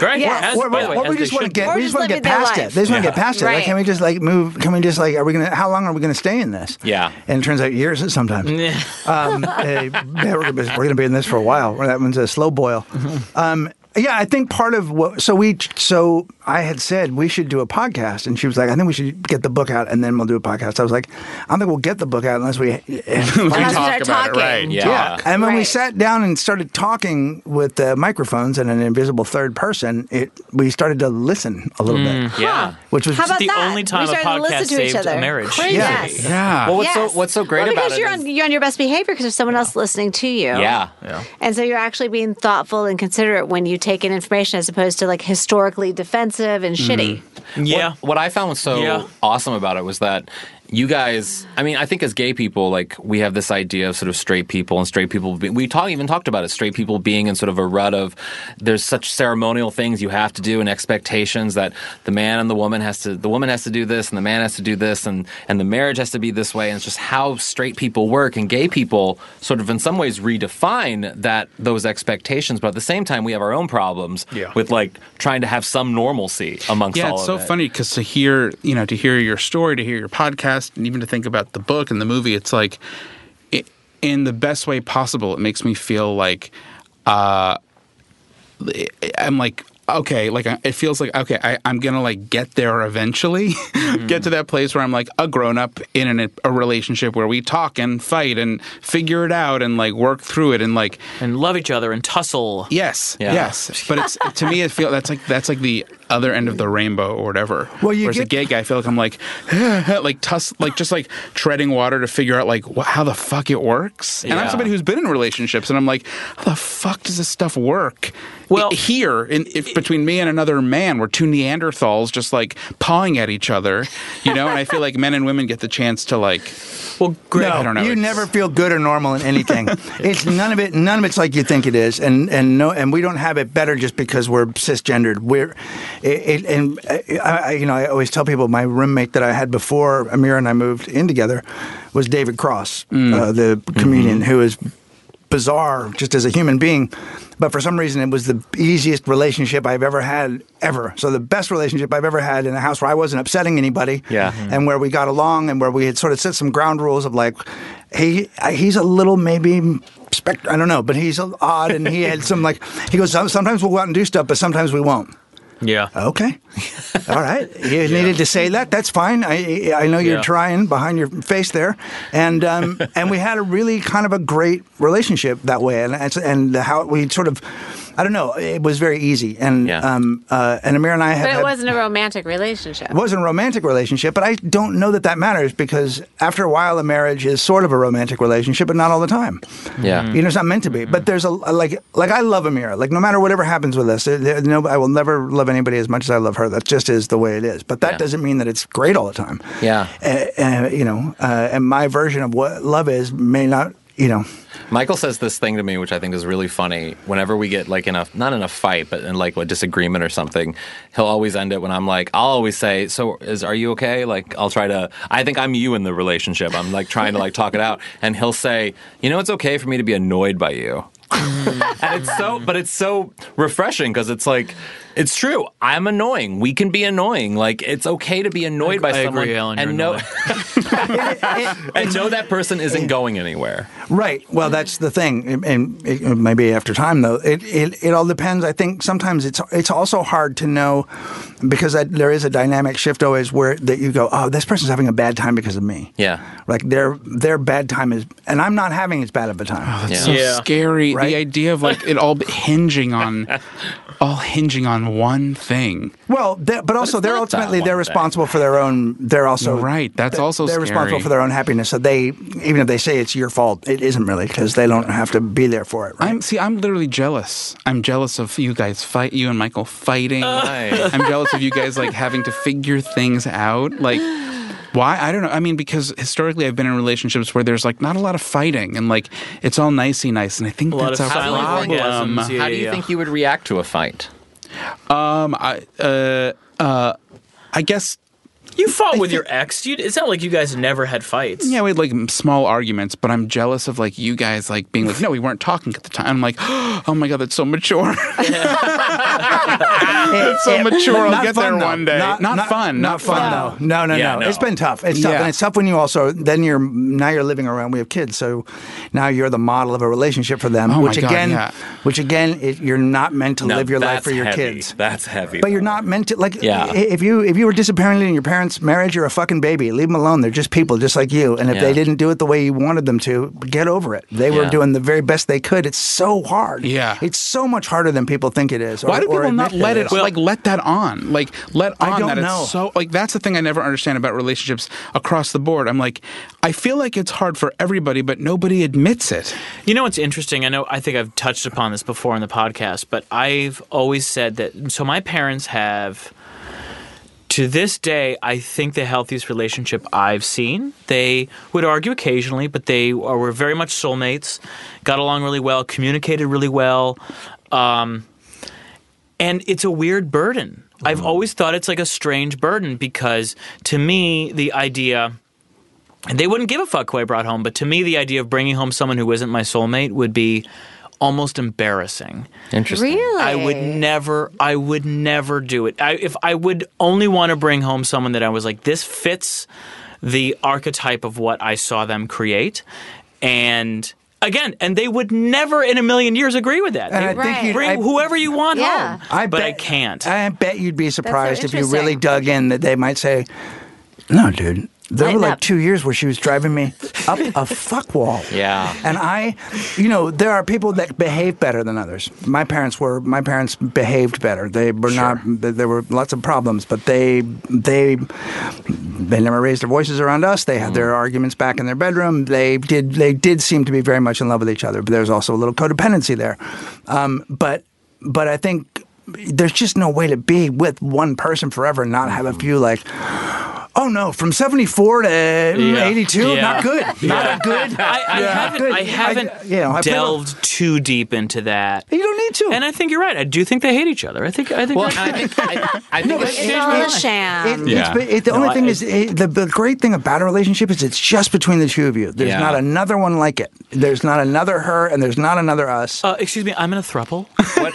C: Right?
E: Yes.
C: As-
A: Or,
C: by the way,
A: or
C: as
A: we
C: they
A: just want to
C: should
E: Or
A: get, we
E: just
A: just want to get
E: living their
A: past
E: life.
A: it. They just want to get past it. Like,
E: Right.
A: can we just like move? Can we just like? Are we gonna? How long are we gonna stay in this?
D: Yeah.
A: And it turns out years sometimes. um, eh, yeah, we're, gonna be, we're gonna be in this for a while. That one's a slow boil. Um, yeah, I think part of what so we so I had said we should do a podcast, and she was like, I think we should get the book out, and then we'll do a podcast. I was like, I don't think we'll get the book out unless we.
B: we
E: Unless we
B: talk
E: start
B: about it,
E: talking.
B: right?
D: Yeah.
A: Yeah. And when we
E: Right.
A: sat down and started talking with the microphones and an invisible third person, it we started to listen a little
B: Mm.
A: bit,
D: Yeah.
A: which was
E: How about
C: the
E: that?
C: only time
E: we
C: a
E: started to listen
C: podcast
E: to each
C: saved a
E: other.
C: marriage.
E: Crazy.
A: Yeah.
E: Yes.
B: Yeah.
D: Well, what's
E: Yes.
D: so what's so great
E: well,
D: about
E: because
D: it
E: you're
D: is-
E: on you're on your best behavior because there's someone else listening to you.
D: yeah.
E: And so you're actually being thoughtful and considerate when you take in information as opposed to like historically defensive and
D: Mm-hmm.
E: shitty.
C: Yeah.
D: What, what I found was so
C: Yeah.
D: awesome about it was that you guys, I mean, I think as gay people, like we have this idea of sort of straight people and straight people. Be, we talk even talked about it, straight people being in sort of a rut of there's such ceremonial things you have to do and expectations that the man and the woman has to, the woman has to do this and the man has to do this and and the marriage has to be this way. And it's just how straight people work and gay people sort of in some ways redefine that those expectations. But at the same time, we have our own problems
B: Yeah.
D: with like trying to have some normalcy amongst
B: Yeah,
D: all
B: it's
D: of
B: so
D: it.
B: funny because to hear you know to hear your story, to hear your podcast, and even to think about the book and the movie, it's like it, in the best way possible. It makes me feel like uh, I'm like okay, like I- it feels like okay, I, I'm gonna like get there eventually,
D: Mm-hmm.
B: get to that place where I'm like a grown up in an, a relationship where we talk and fight and figure it out and like work through it and like
C: And love each other and tussle.
B: Yes.
D: Yeah.
B: Yes. But it's to me, it feel that's like that's like the other end of the rainbow or whatever.
A: Well, you
B: Whereas a
A: get-
B: gay guy, I feel like I'm like like tuss, like just like treading water to figure out like wh- how the fuck it works. And I'm
D: Yeah.
B: somebody who's been in relationships, and I'm like, how the fuck does this stuff work?
C: Well-
B: I- here in if, between me and another man, we're two Neanderthals just like pawing at each other, you know. And I feel like men and women get the chance to like.
C: Well, Greg,
B: No. I don't know,
A: You
B: it's-
A: never feel good or normal in anything. it's none of it. None of it's like you think it is, and and no, and we don't have it better just because we're cisgendered. We're, it, it, and uh, I, I, you know, I always tell people my roommate that I had before Amir and I moved in together was David Cross,
B: Mm.
A: uh, the
B: Mm-hmm.
A: comedian who is bizarre just as a human being. But for some reason, it was the easiest relationship I've ever had, ever. So the best relationship I've ever had in a house where I wasn't upsetting anybody,
D: Yeah.
A: and where we got along, and where we had sort of set some ground rules of like, he I- he's a little maybe. Spect- I don't know, but he's odd, and he had some like he goes. "Some- Sometimes we'll go out and do stuff, but sometimes we won't.
C: yeah.
A: Okay, all right. You needed to say that. That's fine. I I know you're
C: Yeah.
A: trying behind your face there, and um, and we had a really kind of a great relationship that way, and it's- and how we sort of, I don't know, it was very easy, and
D: Yeah.
A: um uh, and Amir and I have.
E: But it
A: had-
E: wasn't a romantic relationship.
A: it wasn't a romantic relationship, but I don't know that that matters because after a while, a marriage is sort of a romantic relationship, but not all the time.
D: Yeah.
A: You know, it's not meant to be. But
D: Mm-hmm.
A: there's a like, like I love Amira. Like no matter whatever happens with us, there, there- no, I will never love anybody as much as I love her. That just is the way it is. But that
D: Yeah.
A: doesn't mean that it's great all the time.
D: Yeah.
A: Uh, uh, you know, uh, and my version of what love is may not. You know,
D: Michael says this thing to me, which I think is really funny. Whenever we get like in a not in a fight, but in like a disagreement or something, he'll always end it when I'm like, I'll always say, "So is are you okay?" Like I'll try to. I think I'm you in the relationship. I'm like trying to like talk it out, and he'll say, "You know, it's okay for me to
C: Mm.
D: be annoyed by you." and it's so, but it's so refreshing because it's like. It's true. I'm annoying. We can be annoying. Like it's okay to be annoyed by
C: I
D: someone
C: agree, Alan, you're
D: and know
C: annoying.
D: and know that person isn't going anywhere.
A: Right. Well, that's the thing, and- and it, it may be after time though. It, it it all depends. I think sometimes it's it's also hard to know because I, there is a dynamic shift always where that you go, oh, this person's having a bad time because of me.
D: Yeah.
A: Like their their bad time is, and I'm not having as bad of a time.
D: Yeah.
B: so
C: Yeah.
B: scary.
A: Right?
B: The idea of like it all b- hinging on, all hinging on one thing.
A: well, they're, but also
D: it's
A: they're
D: not that
A: ultimately they're
D: one thing.
A: responsible for their own. They're also
B: Right, that's also
A: they're responsible
B: scary.
A: for their own happiness. So they even if they say it's your fault, it isn't really because they don't have to be there for it. Right?
B: I'm see. I'm literally jealous. I'm jealous of you guys fight. You and Michael fighting.
C: Uh.
D: Right.
B: I'm jealous of you guys like having to figure things out. Like why? I don't know. I mean, because historically I've been in relationships where there's like not a lot of fighting and like it's all nicey nice. And I think
C: A lot
B: that's
C: of
B: a
C: silent
B: problem.
C: orgasms, yeah.
D: How do you think you would react to a fight?
B: Um, I uh uh, I guess
C: You fought with your ex. You, it's not like you guys never had fights.
B: Yeah, we had like m- small arguments, but I'm jealous of like you guys like being like, no, we weren't talking at the time. I'm like, oh my god, that's so mature. that's so mature. I'll
A: Not
B: get
A: fun,
B: there
A: though.
B: one day. Not, fun.
A: Not, fun, though. No, no,
D: Yeah,
A: no.
D: no.
A: It's been tough. It's tough,
B: Yeah.
A: and it's tough when you also then you're now you're living around. We have kids, so now you're the model of a relationship for them.
B: Oh, my
A: which
B: God,
A: again,
B: yeah.
A: which again, it, you're not meant to
D: Now,
A: live your life
D: that's
A: for your
D: heavy.
A: kids.
D: That's heavy.
A: But you're not meant to like.
D: Yeah.
A: i- If you if you were disappointed in your parents' marriage, you're a fucking baby. Leave them alone. They're just people, just like you. And if
D: Yeah.
A: they didn't do it the way you wanted them to, get over it. They were
D: Yeah.
A: doing the very best they could. It's so hard.
B: Yeah.
A: It's so much harder than people think it is. or-
B: Why do
A: or
B: people not
A: admit
B: let
A: that
B: it
A: is.
B: like let that on? Like let on
A: I don't
B: that
A: know.
B: it's so like that's the thing I never understand about relationships across the board. I'm like, I feel like it's hard for everybody, but nobody admits it.
C: You know what's interesting? I know I think I've touched upon this before in the podcast, but I've always said that so my parents have to this day I think the healthiest relationship I've seen. They would argue occasionally, but they were very much soulmates, got along really well, communicated really well. Um, and it's a weird burden. I've always thought it's like a strange burden because to me the idea and they wouldn't give a fuck who I brought home. But to me, the idea of bringing home someone who isn't my soulmate would be almost embarrassing.
D: Interesting.
E: Really?
C: I would never, I would never do it. I, if I would only want to bring home someone that I was like, this fits the archetype of what I saw them create, and again, and they would never in a million years agree with that.
A: And
C: They
A: I
C: would
A: think
E: Right.
A: you
C: bring
A: I-
C: whoever you want
E: Yeah.
C: home,
A: I
C: but
A: bet,
C: I can't.
A: I bet you'd be surprised if you
E: interesting.
A: really dug in that they might say, "No, dude." There were
E: Lighten
A: like
E: up.
A: two years where she was driving me up a fuck wall.
D: Yeah.
A: And I, you know, there are people that behave better than others. My parents were, my parents behaved better. They were not, th- there were lots of problems, but they, they, they never raised their voices around us. They had
C: Mm.
A: their arguments back in their bedroom. They did, they did seem to be very much in love with each other, but there's also a little codependency there. Um, but, but I think there's just no way to be with one person forever and not have a
C: Mm-hmm.
A: few like, Oh no! From seventy four to eighty-two,
C: Yeah.
A: not good. Not a good.
C: I, I
A: Yeah.
C: haven't,
A: Good.
C: I
A: I-
C: haven't
A: you know, I feel-
C: delved too deep into that.
A: You don't need to.
C: And I think you're right. I do think they hate each other. I think I think
D: Well,
C: that's-
D: I think I, I think it's
E: It's
D: changed
E: all
D: my
E: a
D: life.
E: sham.
A: It-
B: Yeah.
A: it's- it- the only
C: I-
A: thing is, it, the, the great thing about a relationship is it's just between the two of you. There's
D: Yeah.
A: not another one like it. There's not another her, and there's not another us.
C: uh, excuse me, I'm in a thruple.
D: what,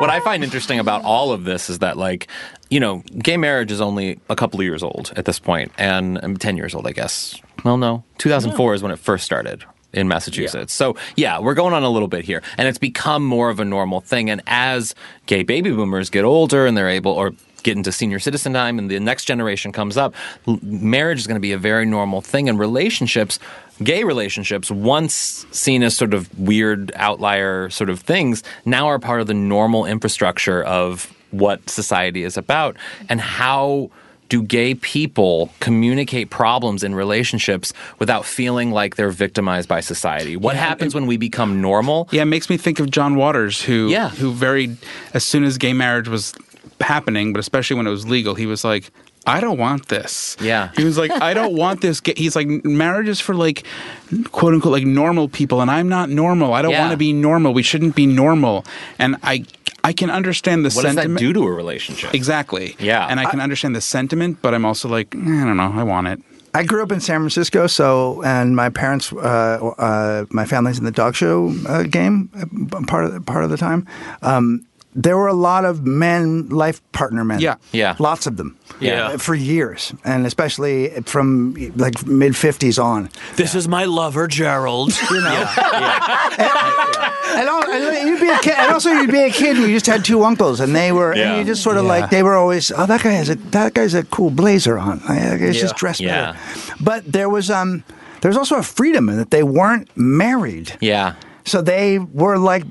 D: what I find interesting about all of this is that, like, you know, gay marriage is only a couple of years old at this point, and um, 10 years old, I guess. Well, no, 2004 is when it first started in Massachusetts. So, yeah, we're going on a little bit here, and it's become more of a normal thing. And as gay baby boomers get older and they're able, or get into senior citizen time and the next generation comes up, l- marriage is going to be a very normal thing. And relationships, gay relationships, once seen as sort of weird outlier sort of things, now are part of the normal infrastructure of what society is about. And how do gay people communicate problems in relationships without feeling like they're victimized by society? What happens when we become normal?
B: Yeah, it makes me think of John Waters, who
D: Yeah.
B: who very as soon as gay marriage was happening, but especially when it was legal, he was like, I don't want this.
D: Yeah.
B: he was like, I don't want this. Ga-. He's like, marriage is for like, quote unquote, like normal people, and I'm not normal. I don't
D: Yeah.
B: want to be normal. We shouldn't be normal. And I I can understand the
D: What does
B: sentiment.
D: that do to a relationship?
B: Exactly.
D: Yeah.
B: And I can understand the sentiment, but I'm also like, eh, I don't know. I want it.
A: I grew up in San Francisco, so and my parents, uh, uh, my family's in the dog show uh, game uh, part of part of the time. Um, there were a lot of men, life partner men.
B: Yeah.
D: Yeah.
A: Lots of them.
C: Yeah.
A: For years, and especially from like mid fifties on.
C: This is my lover, Gerald. You know?
A: and, al- and you'd be a kid, and also you'd be a kid and you just had two uncles and they were
C: Yeah.
A: and you just sort of
B: Yeah.
A: like they were always oh that guy has a that guy's a cool blazer on I, I guess just dressed
D: Yeah.
A: better but there was um there was also a freedom in that they weren't married
D: Yeah.
A: so they were like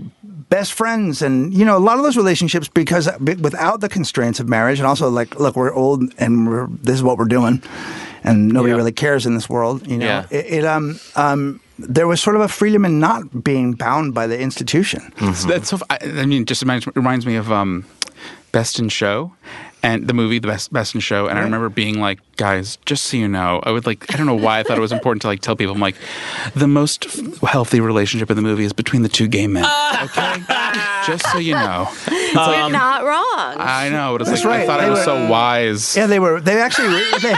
A: best friends and you know a lot of those relationships because b- without the constraints of marriage and also like look we're old and we're this is what we're doing and nobody
C: Yeah.
A: really cares in this world you know
D: Yeah.
A: it, it um um there was sort of a freedom in not being bound by the institution
B: So that's so. f- I, I mean, just reminds, reminds me of um, Best in Show, and the movie, the Best Best in Show. And I remember being like, guys, just so you know, I would like, I don't know why I thought it was important to like tell people. I'm like, the most f- healthy relationship in the movie is between the two gay men. Okay, just so you know.
E: You're
C: Um,
E: not wrong.
B: I know, but it's like
A: That's
B: I
A: right.
B: thought
A: They
B: it was
A: were-
B: so wise.
A: yeah they were they actually were- they,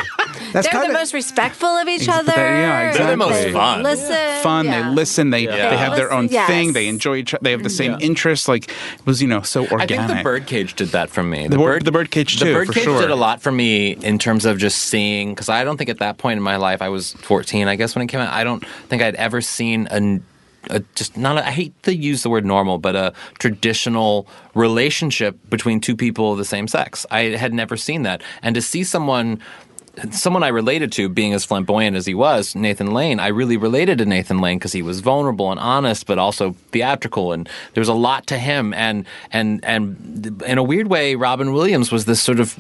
A: that's
E: They're
A: kind
E: the
A: of
E: most respectful of each
B: Exa-
E: other.
B: yeah, They're the
D: most
E: They
D: fun.
E: Listen.
B: Fun.
E: yeah.
B: They listen. They they have their own
E: Listen, yes.
B: thing. They enjoy each. They have
A: Mm-hmm.
B: the same interests. Like it was, you know, so organic.
D: I think the birdcage did that for me.
B: The wor- the birdcage
D: The
B: too, for
D: birdcage
B: sure.
D: did a lot for me in terms of just seeing because I don't think at that point in my life I was 14. I guess when it came out, I don't think I'd ever seen a. n- a just not. A, I hate to use the word normal, but a traditional relationship between two people of the same sex. I had never seen that, and to see someone someone I related to, being as flamboyant as he was, Nathan Lane, I really related to Nathan Lane because he was vulnerable and honest, but also theatrical, and there was a lot to him. And and and in a weird way, Robin Williams was this sort of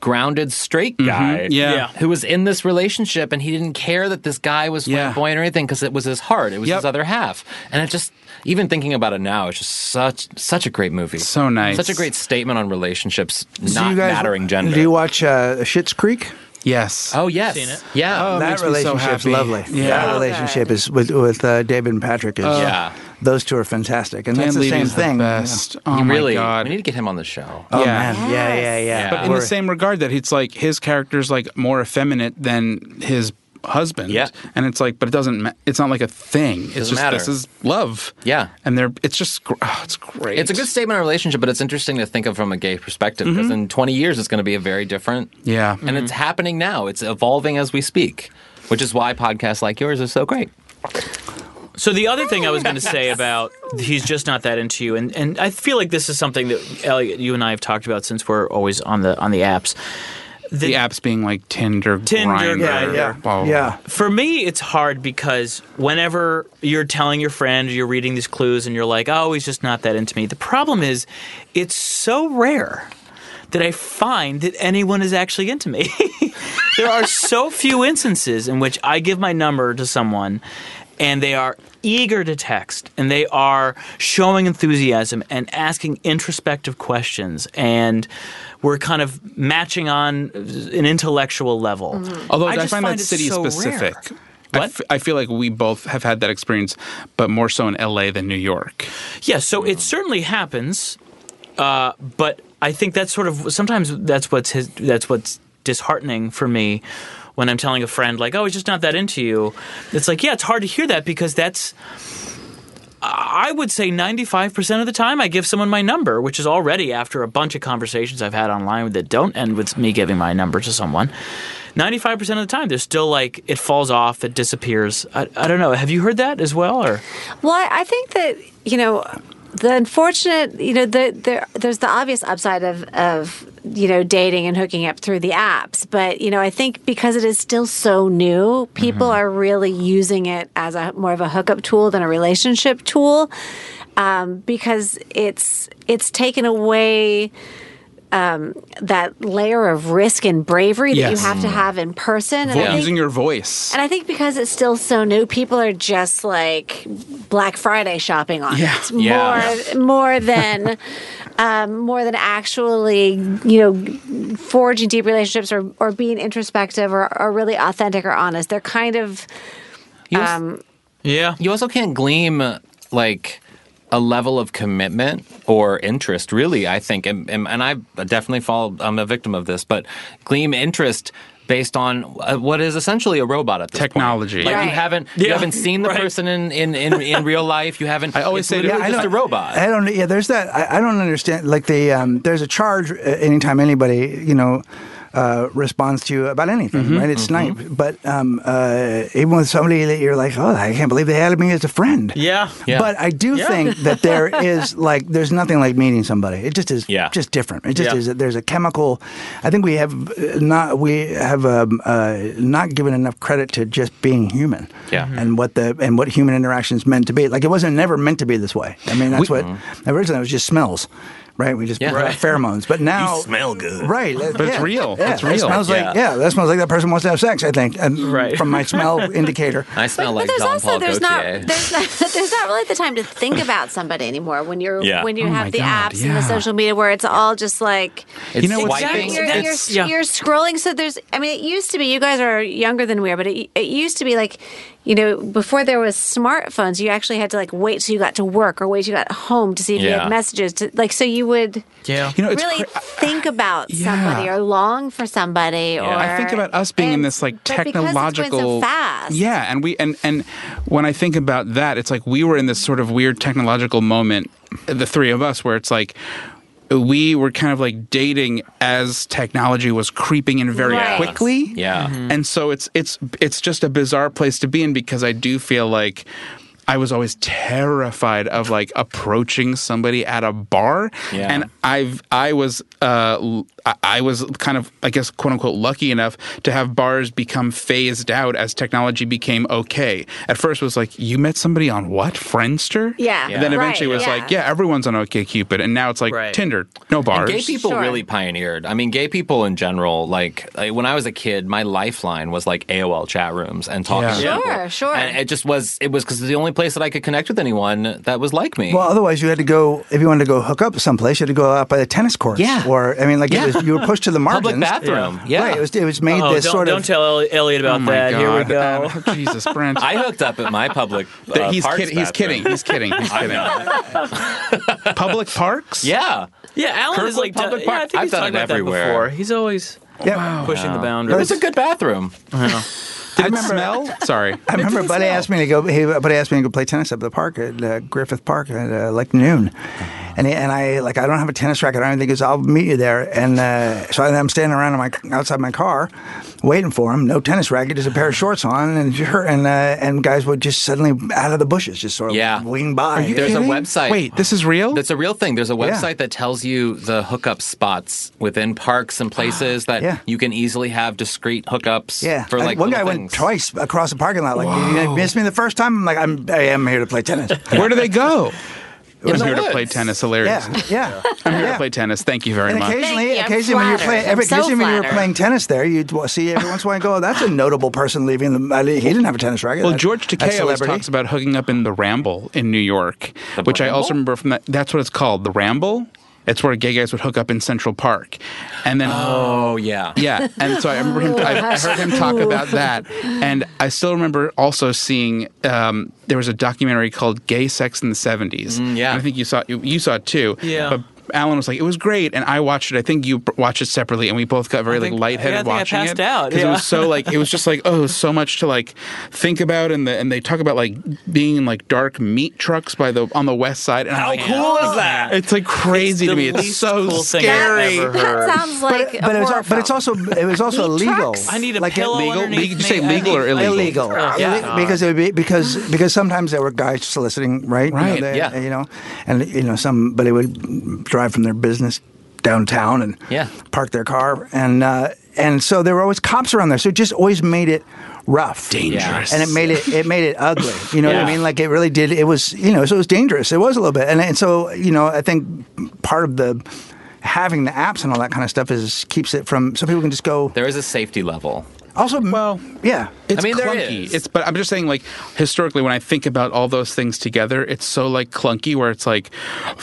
D: grounded straight guy
B: Mm-hmm. yeah.
C: Yeah.
D: who was in this relationship and he didn't care that this guy was
B: Yeah.
D: flamboyant or anything because it was his heart it was
B: Yep.
D: his other half and it just even thinking about it now it's just such such a great movie
B: So nice.
D: such a great statement on relationships
A: So
D: not
A: you guys-
D: mattering gender
A: do you watch uh Schitt's Creek
B: Yes.
D: oh yes
C: Seen it.
D: yeah
B: Oh,
A: that
B: makes me so
A: relationship is
B: happy.
A: lovely
B: Yeah.
A: that
B: Oh,
A: relationship is with with uh, David and Patrick is
D: Yeah.
A: those two are fantastic and
B: Dan
A: that's the
B: Levy
A: same
B: is
A: thing you know.
B: best. Oh
D: You really,
B: my god.
D: we need to get him on the show.
A: Oh
B: Yeah.
A: man, yeah, yeah, yeah.
D: But
B: in
A: We're-
B: the same regard that it's like his character's like more effeminate than his husband.
D: Yeah.
B: And it's like, but it doesn't. Ma- it's not like a thing. It's
D: Doesn't
B: just
D: matter.
B: this is love.
D: Yeah.
B: And they're. It's just. gr- Oh, it's great.
D: It's a good statement on a relationship, but it's interesting to think of from a gay perspective because in 20 years it's going to be a very different.
B: Yeah.
D: and it's happening now. It's evolving as we speak, which is why podcasts like yours are so great.
C: So the other thing I was going to say about he's just not that into you, and, and I feel like this is something that Elliot, you and I have talked about since we're always on the on the apps.
B: The apps being like Tinder,
C: Tinder,
B: Grindr,
A: yeah, yeah,
B: blah, blah,
A: yeah.
C: For me, it's hard because whenever you're telling your friend, you're reading these clues, and you're like, "Oh, he's just not that into me." The problem is, it's so rare that I find that anyone is actually into me. there are so few instances in which I give my number to someone and they are eager to text and they are showing enthusiasm and asking introspective questions and we're kind of matching on an intellectual level.
B: Although I,
C: just
B: find, that
C: it
B: city
C: so rare.
B: specific. I
C: What?
B: f- I feel like we both have had that experience, but more so in LA than New York.
C: Yeah, so it certainly happens, uh, but I think that's sort of sometimes that's what's his, that's what's disheartening for me when I'm telling a friend like, "Oh, he's just not that into you." It's like, yeah, it's hard to hear that because that's. I would say 95% of the time I give someone my number, which is already after a bunch of conversations I've had online that don't end with me giving my number to someone. 95% of the time, there's still like, it falls off, it disappears. I, I don't know. Have you heard that as well? Or
E: Well, I- I think that you know the unfortunate, you know, the, there there's the obvious upside of of you know dating and hooking up through the apps, but you know, I think because it is still so new, people are really using it as a more of a hookup tool than a relationship tool, um, because it's it's taken away. Um, that layer of risk and bravery that
B: Yes.
E: you have to have in person. And I
B: Vo-
E: think-
B: Using your voice.
E: and I think because it's still so new, people are just like Black Friday shopping on
B: Yeah.
E: it
D: Yeah.
E: more more than um, more than actually you know forging deep relationships or or being introspective or, or really authentic or honest. They're kind of
D: You als-
E: um,
C: Yeah.
D: you also can't gleam uh, like a level of commitment or interest really i think and, and, and i definitely fall i'm a victim of this but gleam interest based on uh, what is essentially a robot at this point.
B: Technology.
D: Like
E: Right.
D: you haven't you haven't seen the person in, in, in, in real life. You haven't.
B: I always
D: it's
B: say to-
D: literally
B: Yeah, I
D: just a
B: know.
D: robot.
A: I don't. Yeah, there's that. I, I don't understand. Like the um, there's a charge uh, anytime anybody you know uh, responds to you about anything, right? It's nice, but um, uh, even with somebody that you're like, oh, I can't believe they added me as a friend.
C: Yeah.
D: Yeah.
A: But I do
C: Yeah.
A: think that there is like there's nothing like meeting somebody. It just is
D: Yeah.
A: just different. It just
C: Yeah.
A: is there's a chemical. I think we have uh, not we have um, uh, not given enough credit to just being human.
D: Yeah. Mhm.
A: And what the and what human interaction is meant to be. Like it wasn't never meant to be this way. I mean that's
D: We- Mm-hmm.
A: what originally it was just smells. Right, we just
D: Yeah.
A: put out
D: Right.
A: pheromones, but now
F: smell good.
A: Right, but
B: it's real.
A: Yeah,
B: It's
A: that
B: real.
A: smells like yeah, that smells like that person wants to have sex. I think, and
C: Right.
A: from my smell indicator.
D: I smell
E: but
D: like
E: there's
D: Jean
E: also
D: Paul
E: there's not,
D: Gaultier.
E: there's not there's not really the time to think about somebody anymore when you're
F: Yeah.
E: when you
B: Oh my
E: have the
B: God,
E: apps and the
B: yeah.
E: social media where it's all just like
D: it's
B: know what's-
D: swiping.
E: you're,
C: It's-
E: you're,
C: yeah.
E: you're scrolling. So there's, I mean, it used to be, you guys are younger than we are, but it, it used to be like, you know, before there was smartphones, you actually had to like wait till you got to work or wait till you got home to see if you
D: Yeah.
E: had messages. To, like, so you would
C: Yeah.
B: You know, it's
E: really
B: cra-
E: think about somebody or long for somebody or.
B: I think about us being in this like
E: but because it's going so
B: technological
E: fast.
B: Yeah, and we and and when I think about that, it's like we were in this sort of weird technological moment, the three of us, where it's like we were kind of like dating as technology was creeping in very
E: Right.
B: quickly.
D: Yeah.
B: Mm-hmm. And so it's it's it's just a bizarre place to be in because I do feel like I was always terrified of like approaching somebody at a bar,
D: Yeah.
B: and I've I was uh, l- I- I was kind of I guess quote unquote lucky enough to have bars become phased out as technology became okay. At first it was like you met somebody on what Friendster,
E: Yeah.
B: And then
E: Yeah.
B: eventually
E: Right,
B: it was
E: yeah.
B: like yeah everyone's on OkCupid, and now it's like
C: Right.
B: Tinder, no bars.
D: Gay people
E: Sure.
D: really pioneered. I mean, gay people in general, like I- when I was a kid, my lifeline was like AOL chat rooms and talking.
B: Yeah.
D: to
E: Sure,
D: people.
E: sure.
D: And it just was. It was because the only place that I could connect with anyone that was like me.
A: Well, otherwise you had to go if you wanted to go hook up someplace. You had to go out by the tennis courts.
D: Yeah.
A: Or I mean, like
D: Yeah.
A: it was, you were pushed to the margins.
D: Public bathroom. Yeah.
A: Right. It was it was made
C: Oh,
A: this
C: don't,
A: sort
C: don't
A: of.
C: tell Eli- Elliot
B: Oh
C: about
B: my
C: that.
B: God.
C: Here we go.
B: Adam, Jesus, Brent.
D: I hooked up at my public. Uh,
B: he's,
D: parks
B: kid- he's
D: bathroom.
B: kidding. He's kidding. He's kidding. Public parks?
D: Yeah.
C: Yeah, Alan is
D: Kirkwood
C: like,
D: Public
C: yeah, I
D: Park.
C: think
D: I've
C: he's
D: done
C: talked
D: it
C: about that
D: everywhere.
C: before. He's always
A: Yeah.
C: pushing the
D: It
C: boundary.
D: was a good bathroom.
B: Did it smell? Sorry.
A: I remember Buddy
D: uh,
A: asked me to go. He, Buddy asked me to go play tennis up at the park at uh, Griffith Park at uh, like noon, and he, and I like I don't have a tennis racket. I don't think I'll meet you there. And uh, so I'm standing around in my outside my car, waiting for him. No tennis racket, just a pair of shorts on, and sure, and uh, and guys would just suddenly out of the bushes, just sort of
D: Yeah.
A: wing by.
D: There's a
B: Kidding?
D: website.
B: Wait, this is
A: Oh.
B: real?
D: That's a real thing. There's a website that tells you the hookup spots within parks and places that
A: Ah, Yeah.
D: you can easily have discrete hookups
A: Yeah,
D: for
A: I-
D: like
A: one guy
D: little
A: went
D: things.
A: twice across the parking lot. Like, you missed me the first time. I'm like, I'm, I am here to play tennis.
B: Where do they go? I'm
D: the
B: here to play
D: woods.
B: tennis. Hilarious.
A: yeah, yeah.
B: I'm here
A: yeah.
B: to play tennis. Thank you very
A: And
B: much.
A: occasionally,
E: Thank you, I'm
A: occasionally when you're
E: flattered.
A: playing,
E: I'm
A: every,
E: so
A: occasionally when you're
E: flattered.
A: playing tennis, there you'd w- see every once in a while. Go, "Oh, that's a notable person leaving the. I- He didn't have a tennis racket.
B: Well,
A: That-
B: George
A: that
B: Takei always
A: celebrity.
B: talks about hooking up in the Ramble in New York, which I also
D: Ramble?
B: remember from that. That's what it's called, the Ramble. It's where gay guys would hook up in Central Park, and then
D: Oh yeah.
B: Yeah, and so I remember him. I, I heard him talk about that, and I still remember also seeing um, there was a documentary called "Gay Sex in the '70s."
D: yeah.
B: and I think you saw you, you saw it too.
C: Mm, Yeah.
B: but Alan was like, "It was great," and I watched it. I think you b- watched it separately, and we both got very
C: I think-
B: like lightheaded
C: yeah, I think I
B: watching
C: passed
B: it
C: out,
B: because it
C: yeah.
B: was so like it was just like oh, so much to like think about, and the, and they talk about like being in like dark meat trucks by the on the west side, and I'm like,
C: is that?
B: It's like crazy to
C: the
B: me. It's
C: least
B: so
C: cool thing I've
B: scary.
C: ever heard.
E: That sounds like
A: But,
E: a
A: but it was,
E: horror
A: al- but it's
E: film.
A: also it was also
E: Meat
A: illegal.
E: trucks?
C: I need a
A: Like,
C: pillow
B: legal?
C: underneath
B: Legal- did you
C: me.
B: say
C: I
B: legal
C: need-
B: or
C: I need-
A: illegal
C: Oh,
A: Ille- because it would be because because sometimes there were guys soliciting right you know,
B: Right,
A: they-
D: yeah.
A: you know and you know somebody would drive from their business downtown and
D: Yeah.
A: park their car and uh, and so there were always cops around there so it just always made it rough
B: Dangerous.
A: and it made it it made it ugly you know what
D: Yeah.
A: i mean like it really did it was you know so it was dangerous it was a little bit and, and so you know i think part of the having the apps and all that kind of stuff is keeps it from so people can just go
D: There is a safety level.
A: also well yeah
B: It's
D: I mean, there
B: clunky.
D: is.
B: It's but I'm just saying, like historically, when I think about all those things together, it's so like clunky. Where it's like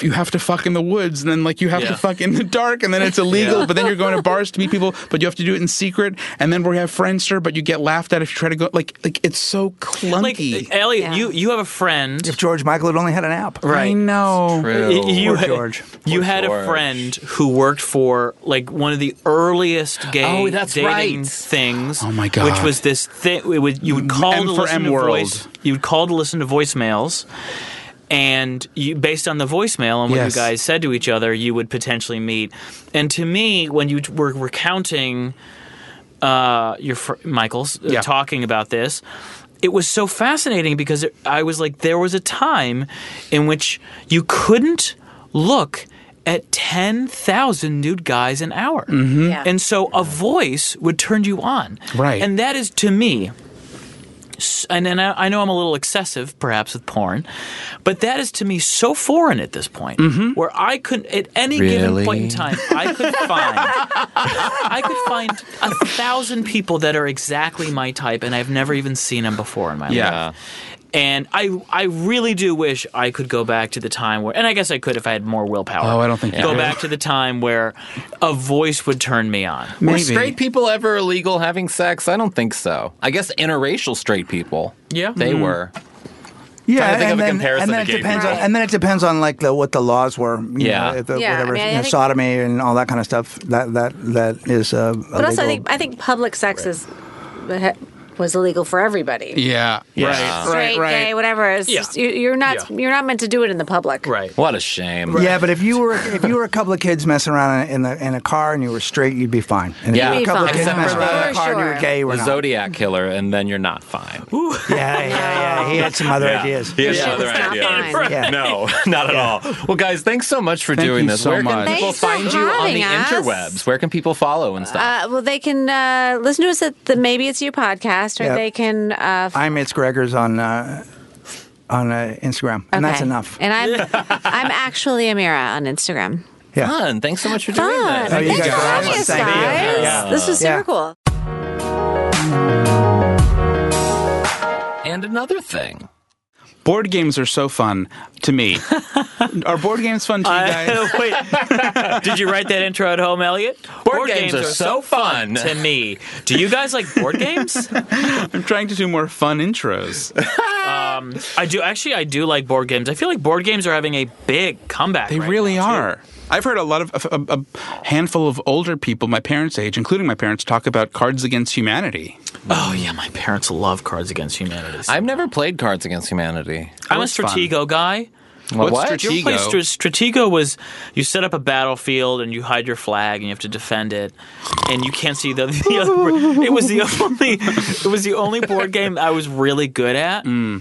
B: you have to fuck in the woods, and then like you have
D: Yeah.
B: to fuck in the dark, and then it's illegal.
D: Yeah.
B: But then you're going to bars to meet people, but you have to do it in secret. And then we have Friendster, but you get laughed at if you try to go. Like like it's so
C: Like
D: eh,
B: clunky.
C: Elliot,
E: Yeah.
C: you you have a friend.
A: If George Michael had only had an app.
B: I
C: Right.
B: know.
D: True.
C: You,
A: Poor George.
C: you
D: Poor
C: had a
D: George.
C: friend who worked for like one of the earliest gay
D: Oh, that's
C: dating
D: right.
C: things.
B: Oh, my God.
C: Which was this thing? It would, you would call
B: M
C: to
B: for
C: listen
B: M
C: to
B: World.
C: voice. You would call to listen to voicemails, and you based on the voicemail and what
B: Yes.
C: you guys said to each other, you would potentially meet. And to me, when you were recounting uh, your fr- Michael's uh,
B: Yeah.
C: talking about this. It was so fascinating because it, I was like, there was a time in which you couldn't look at ten thousand nude guys an hour,
E: Yeah.
C: and so a voice would turn you on,
B: Mm-hmm. Right.
C: And that is to me. s- And, and I, I know I'm a little excessive, perhaps with porn, but that is to me so foreign at this point,
B: Mm-hmm.
C: where I couldn't at any given point in
D: Really?
C: time I could find I could find a thousand people that are exactly my type, and I've never even seen them before in my life.
B: Yeah.
C: And I, I really do wish I could go back to the time where, and I guess I could if I had more willpower.
B: Oh, I don't think you
C: Go
B: could.
C: back to the time where a voice would turn me on.
D: Were
B: Maybe.
D: straight people ever illegal having sex? I don't think so. I guess interracial straight people.
C: Yeah.
D: They
E: Mm-hmm.
C: Mm.
D: were.
A: Yeah,
F: Trying to think of a comparison
A: and then
F: to
A: it
F: gay
A: depends on,
E: people.
A: and then it depends on like the, what the laws were. You
D: Yeah.
A: know, if the,
E: Yeah, I
A: whatever
E: mean, I
A: you know,
E: think-
A: sodomy and all that kind of stuff. That that that is. Uh,
E: But also, I think I think public sex is was illegal for everybody.
B: Yeah.
F: Yeah.
A: Um,
B: Right. Right.
E: Straight,
B: Right.
E: gay, whatever. It's
C: Yeah.
E: just, you, you're not
C: Yeah.
E: you're not meant to do it in the public.
C: Right.
D: What a shame.
A: yeah, but if you were if you were a couple of kids messing around in the in a car and you were straight, you'd be fine. And
D: Yeah.
A: if
D: You'd
A: you
D: be
A: were a couple of
E: fine.
A: kids
D: Except
A: messing
D: for
A: around in
E: the-
A: a car and you were
E: Sure.
A: gay, we're
D: The
A: not.
D: Zodiac killer, and then you're not fine.
A: Yeah, yeah, yeah. He had some other
F: Yeah.
A: ideas.
F: He has
E: Yeah,
F: another
E: it's not
F: idea.
E: fine.
A: Yeah.
F: No, not at all.
D: Well, guys, thanks so much for
B: Thank
D: doing
B: you
D: this.
B: so
D: Where can
B: much.
D: people
E: Thanks for
D: find you on the
E: having us.
D: interwebs? Where can people follow and stuff?
E: Uh, well, they can uh, listen to us at the Maybe It's You podcast, or
A: Yep.
E: they can. Uh, f-
A: I'm it's Gregor's on uh, on uh, Instagram, and that's
E: okay.
A: enough.
E: And I'm I'm actually Amira on Instagram.
A: Yeah.
D: Fun. Thanks so much for doing
E: Uh, Fun.
D: this.
A: Oh, you
E: Thanks
A: guys
E: for
A: are
E: having
A: awesome.
E: us,
A: Thank you.
E: guys.
A: Yeah.
E: This was super
A: Yeah.
E: cool.
D: And another thing.
B: Board games are so fun to me. are board games fun to you guys?
C: Wait, did you write that intro at home, Elliot?
D: Board games are so fun.
C: to me. Do you guys like board games?
B: I'm trying to do more fun intros.
C: I do. Actually, I do like board games. I feel like board games are having a big comeback.
B: They
C: right
B: really
C: now, too.
B: are. I've heard a lot of a, a- a handful of older people, my parents' age, including my parents, talk about Cards Against Humanity.
C: Oh yeah, my parents love Cards Against Humanity.
D: I've never played Cards Against Humanity.
C: I'm a
B: That's fun.
C: Stratego guy.
B: What's
D: what?
C: Do you ever play
B: Stratego?
C: Str- Stratego was you set up a battlefield and you hide your flag and you have to defend it, and you can't see the, the other. It was the only. It was the only board game I was really good at,
B: Hmm.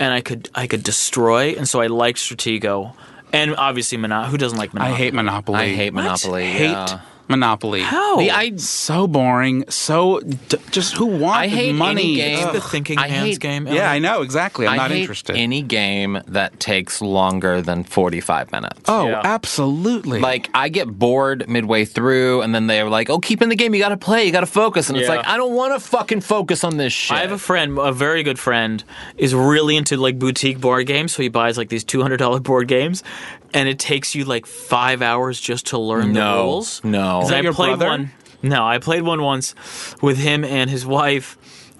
C: and I could I could destroy, and so I liked Stratego, and obviously Monopoly. Who doesn't like
B: I
C: Monopoly?
B: hate Monopoly.
D: I hate Monopoly.
B: Hate
D: yeah.
B: Monopoly.
E: Oh.
C: How?
D: The I
B: So boring. So d- just who wants
D: I hate any
B: money?
D: game-
B: Ugh.
C: the thinking
D: I
C: hands
D: hate-
C: game. Elliot?
B: Yeah, I know exactly. I'm
D: I
B: not
D: hate
B: interested.
D: Any game that takes longer than 45 minutes.
B: oh,
C: Yeah.
B: absolutely.
D: Like I get bored midway through, and then they're like, "Oh, keep in the game. You got to play. You got to focus." And it's
C: Yeah.
D: like, I don't want to fucking focus on this shit.
C: I have a friend, a very good friend, is really into like boutique board games. So he buys like these two hundred dollar board games, and it takes you like five hours just to learn the
D: No.
C: rules.
D: No.
C: 'Cause
D: Is that
C: I
B: your
C: played
B: brother?
C: one. No, I played one once with him and his wife,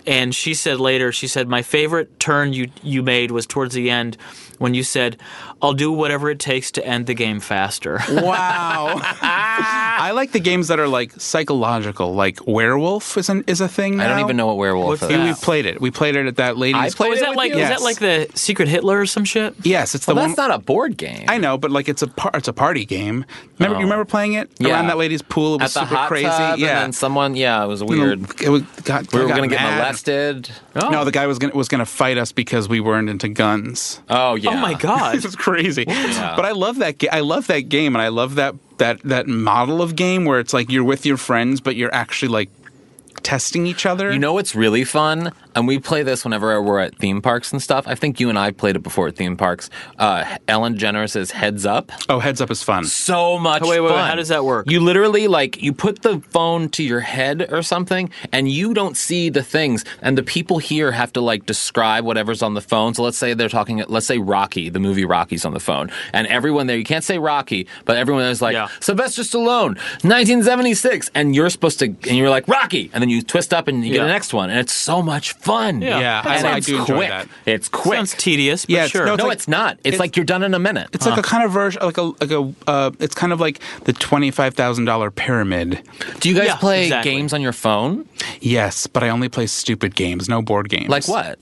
C: and she said later, she said my favorite turn you you made was towards the end when you said, "I'll do whatever it takes to end the game faster."
B: Wow. I like the games that are like psychological, like Werewolf is an, is a thing.
D: I don't
B: now.
D: even know what werewolf
C: What's
D: is.
C: that?
B: We played it. We played it at that lady's.
D: I played
C: Oh, is
D: it
C: that
D: with
C: like
D: you?
C: is
B: Yes.
C: that like the Secret Hitler or some shit?
B: Yes, it's the
D: Well,
B: one.
D: that's not a board game.
B: I know, but like it's a par- it's a party game. Remember, you remember playing it
D: Oh. Yeah.
B: around that lady's pool? It
D: At
B: was
D: the
B: super
D: hot
B: crazy.
D: tub,
B: yeah,
D: and then someone. Yeah, it was weird.
B: It was, got,
D: we were
B: got
D: gonna get
B: mad.
D: molested. Oh,
B: No, the guy was gonna was gonna fight us because we weren't into guns.
D: oh yeah.
C: Oh my god!
B: This is crazy. But I love that. Ga- I love that game, and I love that that that model of game where it's like you're with your friends, but you're actually like testing each other.
D: You know what's really fun? and we play this whenever we're at theme parks and stuff. I think you and I played it before at theme parks. Uh, Ellen DeGeneres' Heads Up.
B: Oh, heads up is fun.
D: so much
C: Oh, wait, wait, wait,
D: fun.
C: how does that work?
D: You literally like you put the phone to your head or something, and you don't see the things, and the people here have to like describe whatever's on the phone. So let's say they're talking. Let's say Rocky, the movie Rocky's on the phone, and everyone there you can't say Rocky, but everyone there's like
C: Yeah.
D: Sylvester Stallone, 1976, and you're supposed to, and you're like Rocky, and then you twist up and you get
C: Yeah.
D: the next one, and it's so much fun.
C: Yeah. Yeah,
B: I-
D: And
B: I
D: it's
B: do enjoy
D: quick.
B: that.
D: It's quick.
C: Sounds tedious, but
B: Yeah, it's-
C: sure.
B: no,
D: no,
B: like-
D: it's not. It's,
B: it's-
D: like you're done in a minute.
B: It's like a kind of version, like a like a. Uh, it's kind of like the twenty five thousand dollar pyramid.
D: Do you guys
C: Yeah,
D: play
C: exactly.
D: games on your phone?
B: Yes, but I only play stupid games, no board games.
D: Like what?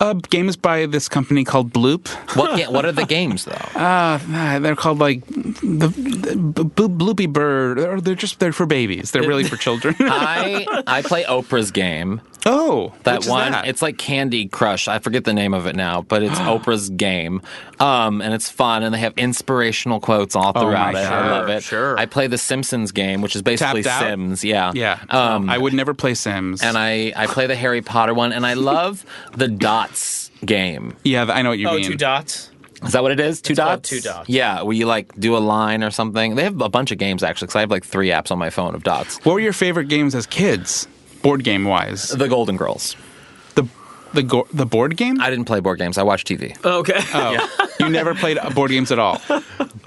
B: Uh, games by this company called Bloop.
D: What ga- what are the games though?
B: Uh, nah, they're called like the, the B- B- Bloopy Bird. Or they're just they're for babies. They're really for children.
D: I I play Oprah's game.
B: oh,
D: That
B: which is
D: one.
B: that?
D: It's like Candy Crush. I forget the name of it now, but it's Oprah's game. Um, and it's fun and they have inspirational quotes all
B: Oh, my
D: throughout it. I
B: sure,
D: love it.
C: sure.
D: I play the Simpsons game, which is basically
B: Tapped out?
D: Sims, yeah.
B: yeah.
D: Um,
B: I would never play Sims.
D: and I, I play the Harry Potter one and I love the dots game.
B: yeah, I know what you
C: oh,
B: mean.
C: two dots.
D: Is that what it is? Two
C: called
D: dots?
C: Two Dots.
D: Yeah, where you like do a line or something. They have a bunch of games actually, because I have like three apps on my phone of dots.
B: What were your favorite games as kids, board game wise?
D: The Golden Girls.
B: The the go- the board game.
D: I didn't play board games. I watched TV.
C: Okay.
B: oh, you never played board games at all.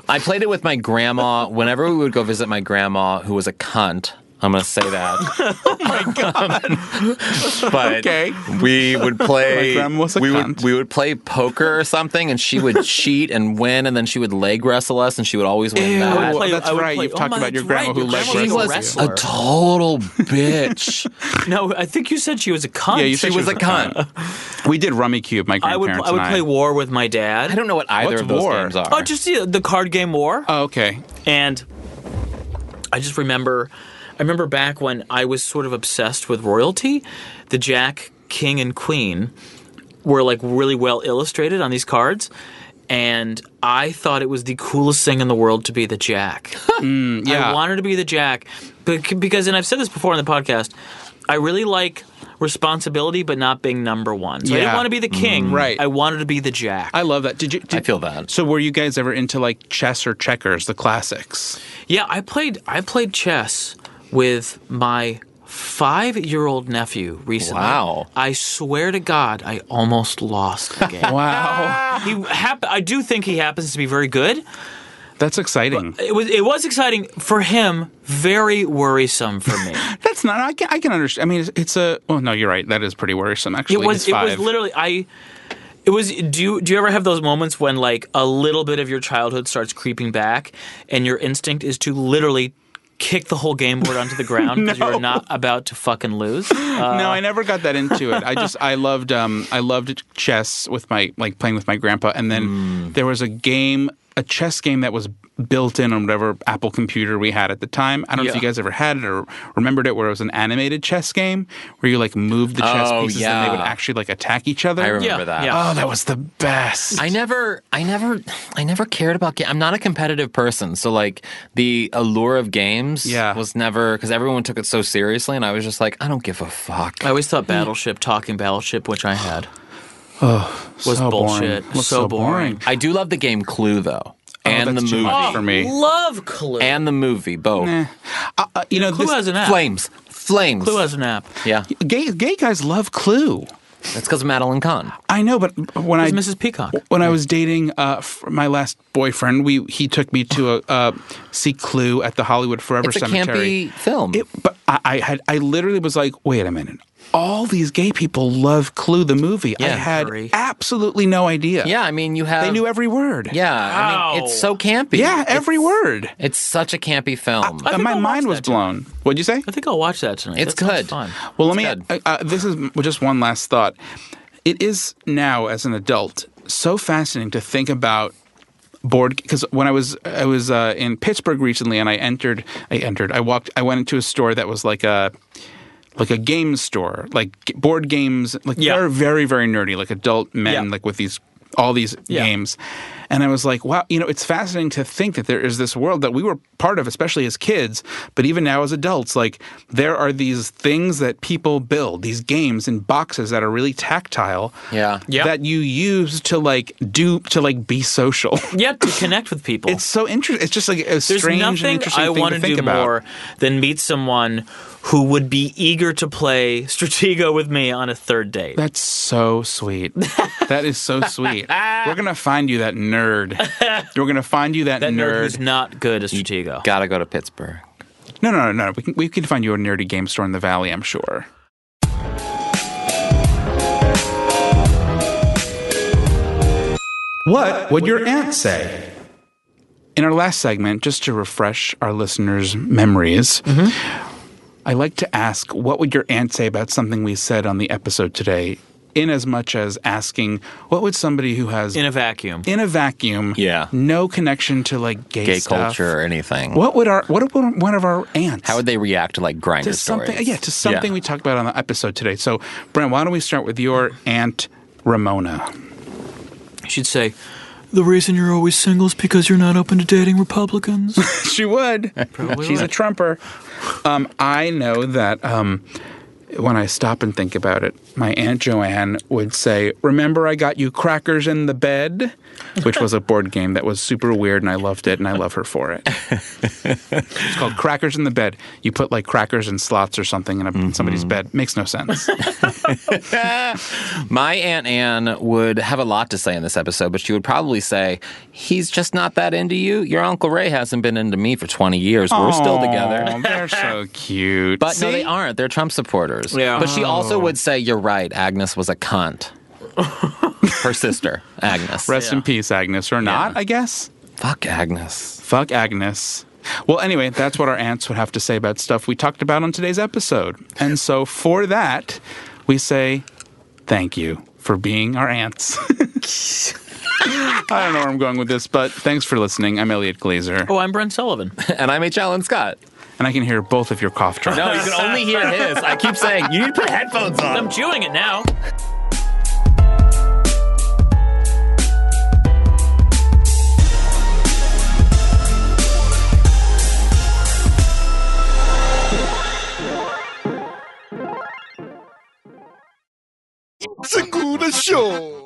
D: I played it with my grandma whenever we would go visit my grandma, who was a cunt. I'm gonna say that. oh my god! but
B: Okay.
D: we would play.
B: My grandma was a
D: we
B: cunt.
D: would we would play poker or something, and she would cheat and win, and then she would leg wrestle us, and she would always win.
B: Ew.
D: that.
B: Well,
C: Play-
B: that's
C: I would
B: right.
C: play-
B: You've
C: oh
B: talked
C: my-
B: about your
C: that's
B: grandma
C: right,
B: who
C: your
B: leg
C: grandma was a
D: She
B: wrestled
D: was
B: you.
D: a total bitch.
C: no, I think you said she was a cunt.
B: Yeah, you said
D: she was a cunt.
B: We did Rummy Cube. My
C: I would.
B: grandparents
C: I would
B: and
C: play War with my dad.
D: I don't know what either
B: What's
D: of those
B: war?
D: games are.
C: Oh, just the, the card game War.
B: Oh, okay.
C: and I just remember, I remember back when I was sort of obsessed with royalty, the Jack, King, and Queen were like really well illustrated on these cards. And I thought it was the coolest thing in the world to be the Jack.
B: Hmm, Yeah.
C: I wanted to be the Jack bec- because, and I've said this before on the podcast, I really like responsibility, but not being number one. So I
B: Yeah. Mm.
C: didn't want to be the king.
B: right.
C: I wanted to be the Jack.
B: I love that. Did you? Did,
D: I feel that.
B: So, were you guys ever into like chess or checkers, the classics?
C: Yeah, I played I played chess with my five year old nephew recently.
D: Wow.
C: I swear to God, I almost lost the game.
B: Wow,
C: he hap- I do think he happens to be very good.
B: that's exciting.
C: It was it was exciting for him, very worrisome for me.
B: That's not. I can. I can understand. I mean, it's, it's a. Well, no, you're right. That is pretty worrisome. Actually,
C: it was
B: He's
C: it was
B: five.
C: literally I it was do you do you ever have those moments when like a little bit of your childhood starts creeping back and your instinct is to literally kick the whole game board onto the ground because you are not about to fucking lose?
B: no, I never got that into it. I just I loved um I loved chess with my like playing with my grandpa, and then there was a game, a chess game that was built in on whatever Apple computer we had at the time. I don't know if
C: Yeah.
B: you guys ever had it or remembered it, where it was an animated chess game where you like moved the chess
D: Oh,
B: pieces and they would
D: yeah.
B: actually like attack each other.
D: I remember
C: Yeah,
D: that.
C: yeah.
B: Oh, that was the best.
D: I never, I never, I never cared about. Ga- I'm not a competitive person, so like the allure of games,
B: Yeah.
D: was never because everyone took it so seriously, and I was just like, I don't give a fuck.
C: I always thought Battleship, Talking Battleship, which I had, was
B: so boring.
C: bullshit.
B: Looks so boring.
D: I do love the game Clue though, and the
B: Oh, that's too
D: movie,
B: much for me.
C: Love Clue.
D: and the movie both.
B: Uh, uh, you know,
C: Clue
B: this,
C: has an app.
D: Flames, flames.
C: Clue has an app.
D: yeah,
B: gay gay guys love Clue.
D: that's because of Madeline Kahn.
B: I know, but when I
C: It's Mrs. Peacock.
B: when I was dating uh, f- my last boyfriend, we he took me to a uh, see Clue at the Hollywood Forever
D: It's a
B: Cemetery.
D: campy film.
B: It, but I, I had I literally was like, wait a minute. All these gay people love Clue the movie. I
D: Yeah.
B: had
C: Agree.
B: absolutely no idea.
D: yeah, I mean you have.
B: they knew every word.
D: Yeah, I mean
C: Wow.
D: it's so campy.
B: yeah, every
D: It's-
B: word.
D: It's such a campy film.
C: I
B: And
C: think
B: my
C: I'll
B: mind
C: watch
B: was
C: that tonight.
B: blown. What'd you say?
C: I think I'll watch that tonight.
D: It's
C: That sounds
D: good.
C: Fun.
B: Well, let
D: It's
B: me.
D: good.
B: Uh, uh, this is m- just one last thought. It is now, as an adult, so fascinating to think about board because when I was I was uh, in Pittsburgh recently, and I entered, I entered, I walked, I went into a store that was like a like a game store, like g- board games, like
C: Yeah.
B: they're very very nerdy, like adult men,
C: Yeah.
B: like with these all these
C: Yeah.
B: games. And I was like, wow, you know, it's fascinating to think that there is this world that we were part of, especially as kids, but even now as adults. Like, there are these things that people build, these games in boxes that are really tactile.
D: Yeah.
C: Yeah.
B: That you use to like do, to like be social.
C: Yep, to connect with people.
B: It's so interesting. It's just like a
C: There's
B: strange and
C: nothing
B: interesting
C: I
B: thing
C: want
B: to
C: to
B: think
C: do
B: about.
C: more than meet someone who would be eager to play Stratego with me on a third date.
B: That's so sweet. that is so sweet. We're gonna find you that nerd. We're gonna find you that,
C: That nerd,
B: nerd.
C: who's not good at Stratego.
D: Gotta go to Pittsburgh.
B: No, no, no, no. We can, we can find you a nerdy game store in the valley. I'm sure. What would your aunt say? In our last segment, just to refresh our listeners' memories, Mm-hmm. I like to ask what would your aunt say about something we said on the episode today, in as much as asking what would somebody who has
C: In a vacuum.
B: in a vacuum,
D: Yeah.
B: no connection to like gay,
D: Gay
B: stuff,
D: culture or anything.
B: What would our what would one of our aunts?
D: How would they react to like grinder
B: to something?
D: stories?
B: Yeah, to something
D: Yeah.
B: we talked about on the episode today. So, Brent, why don't we start with your aunt Ramona?
C: She'd say, The reason you're always single is because you're not open to dating Republicans.
B: she would. She's a trumper. Um, I know that um, when I stop and think about it, my aunt Joanne would say, "Remember, I got you crackers in the bed," which was a board game that was super weird, and I loved it, and I love her for it. it's called Crackers in the Bed. You put like crackers in slots or something in a,
D: Mm-hmm.
B: somebody's bed. Makes no sense.
D: My Aunt Anne would have a lot to say in this episode, but she would probably say, He's just not that into you. Your Uncle Ray hasn't been into me for 20 years. We're still together.
B: Aw, They're so cute.
D: But no,
B: See? Oh.
D: they aren't. They're Trump supporters.
C: Yeah.
D: But she also would say, You're right. Agnes was a cunt. Her sister, Agnes.
B: Rest in peace, Agnes, or not? I guess.
D: Fuck Agnes.
B: Fuck Agnes. Well, anyway, that's what our aunts would have to say about stuff we talked about on today's episode. And so for that, we say thank you for being our aunts. I don't know where I'm going with this, but thanks for listening. I'm Elliot Glazer,
C: oh, I'm Brent Sullivan.
D: And I'm H. Allen Scott.
B: and I can hear both of your cough drops.
D: No, you can only hear his. I keep saying, You need to put headphones on.
C: I'm chewing it now.
F: Segura Show.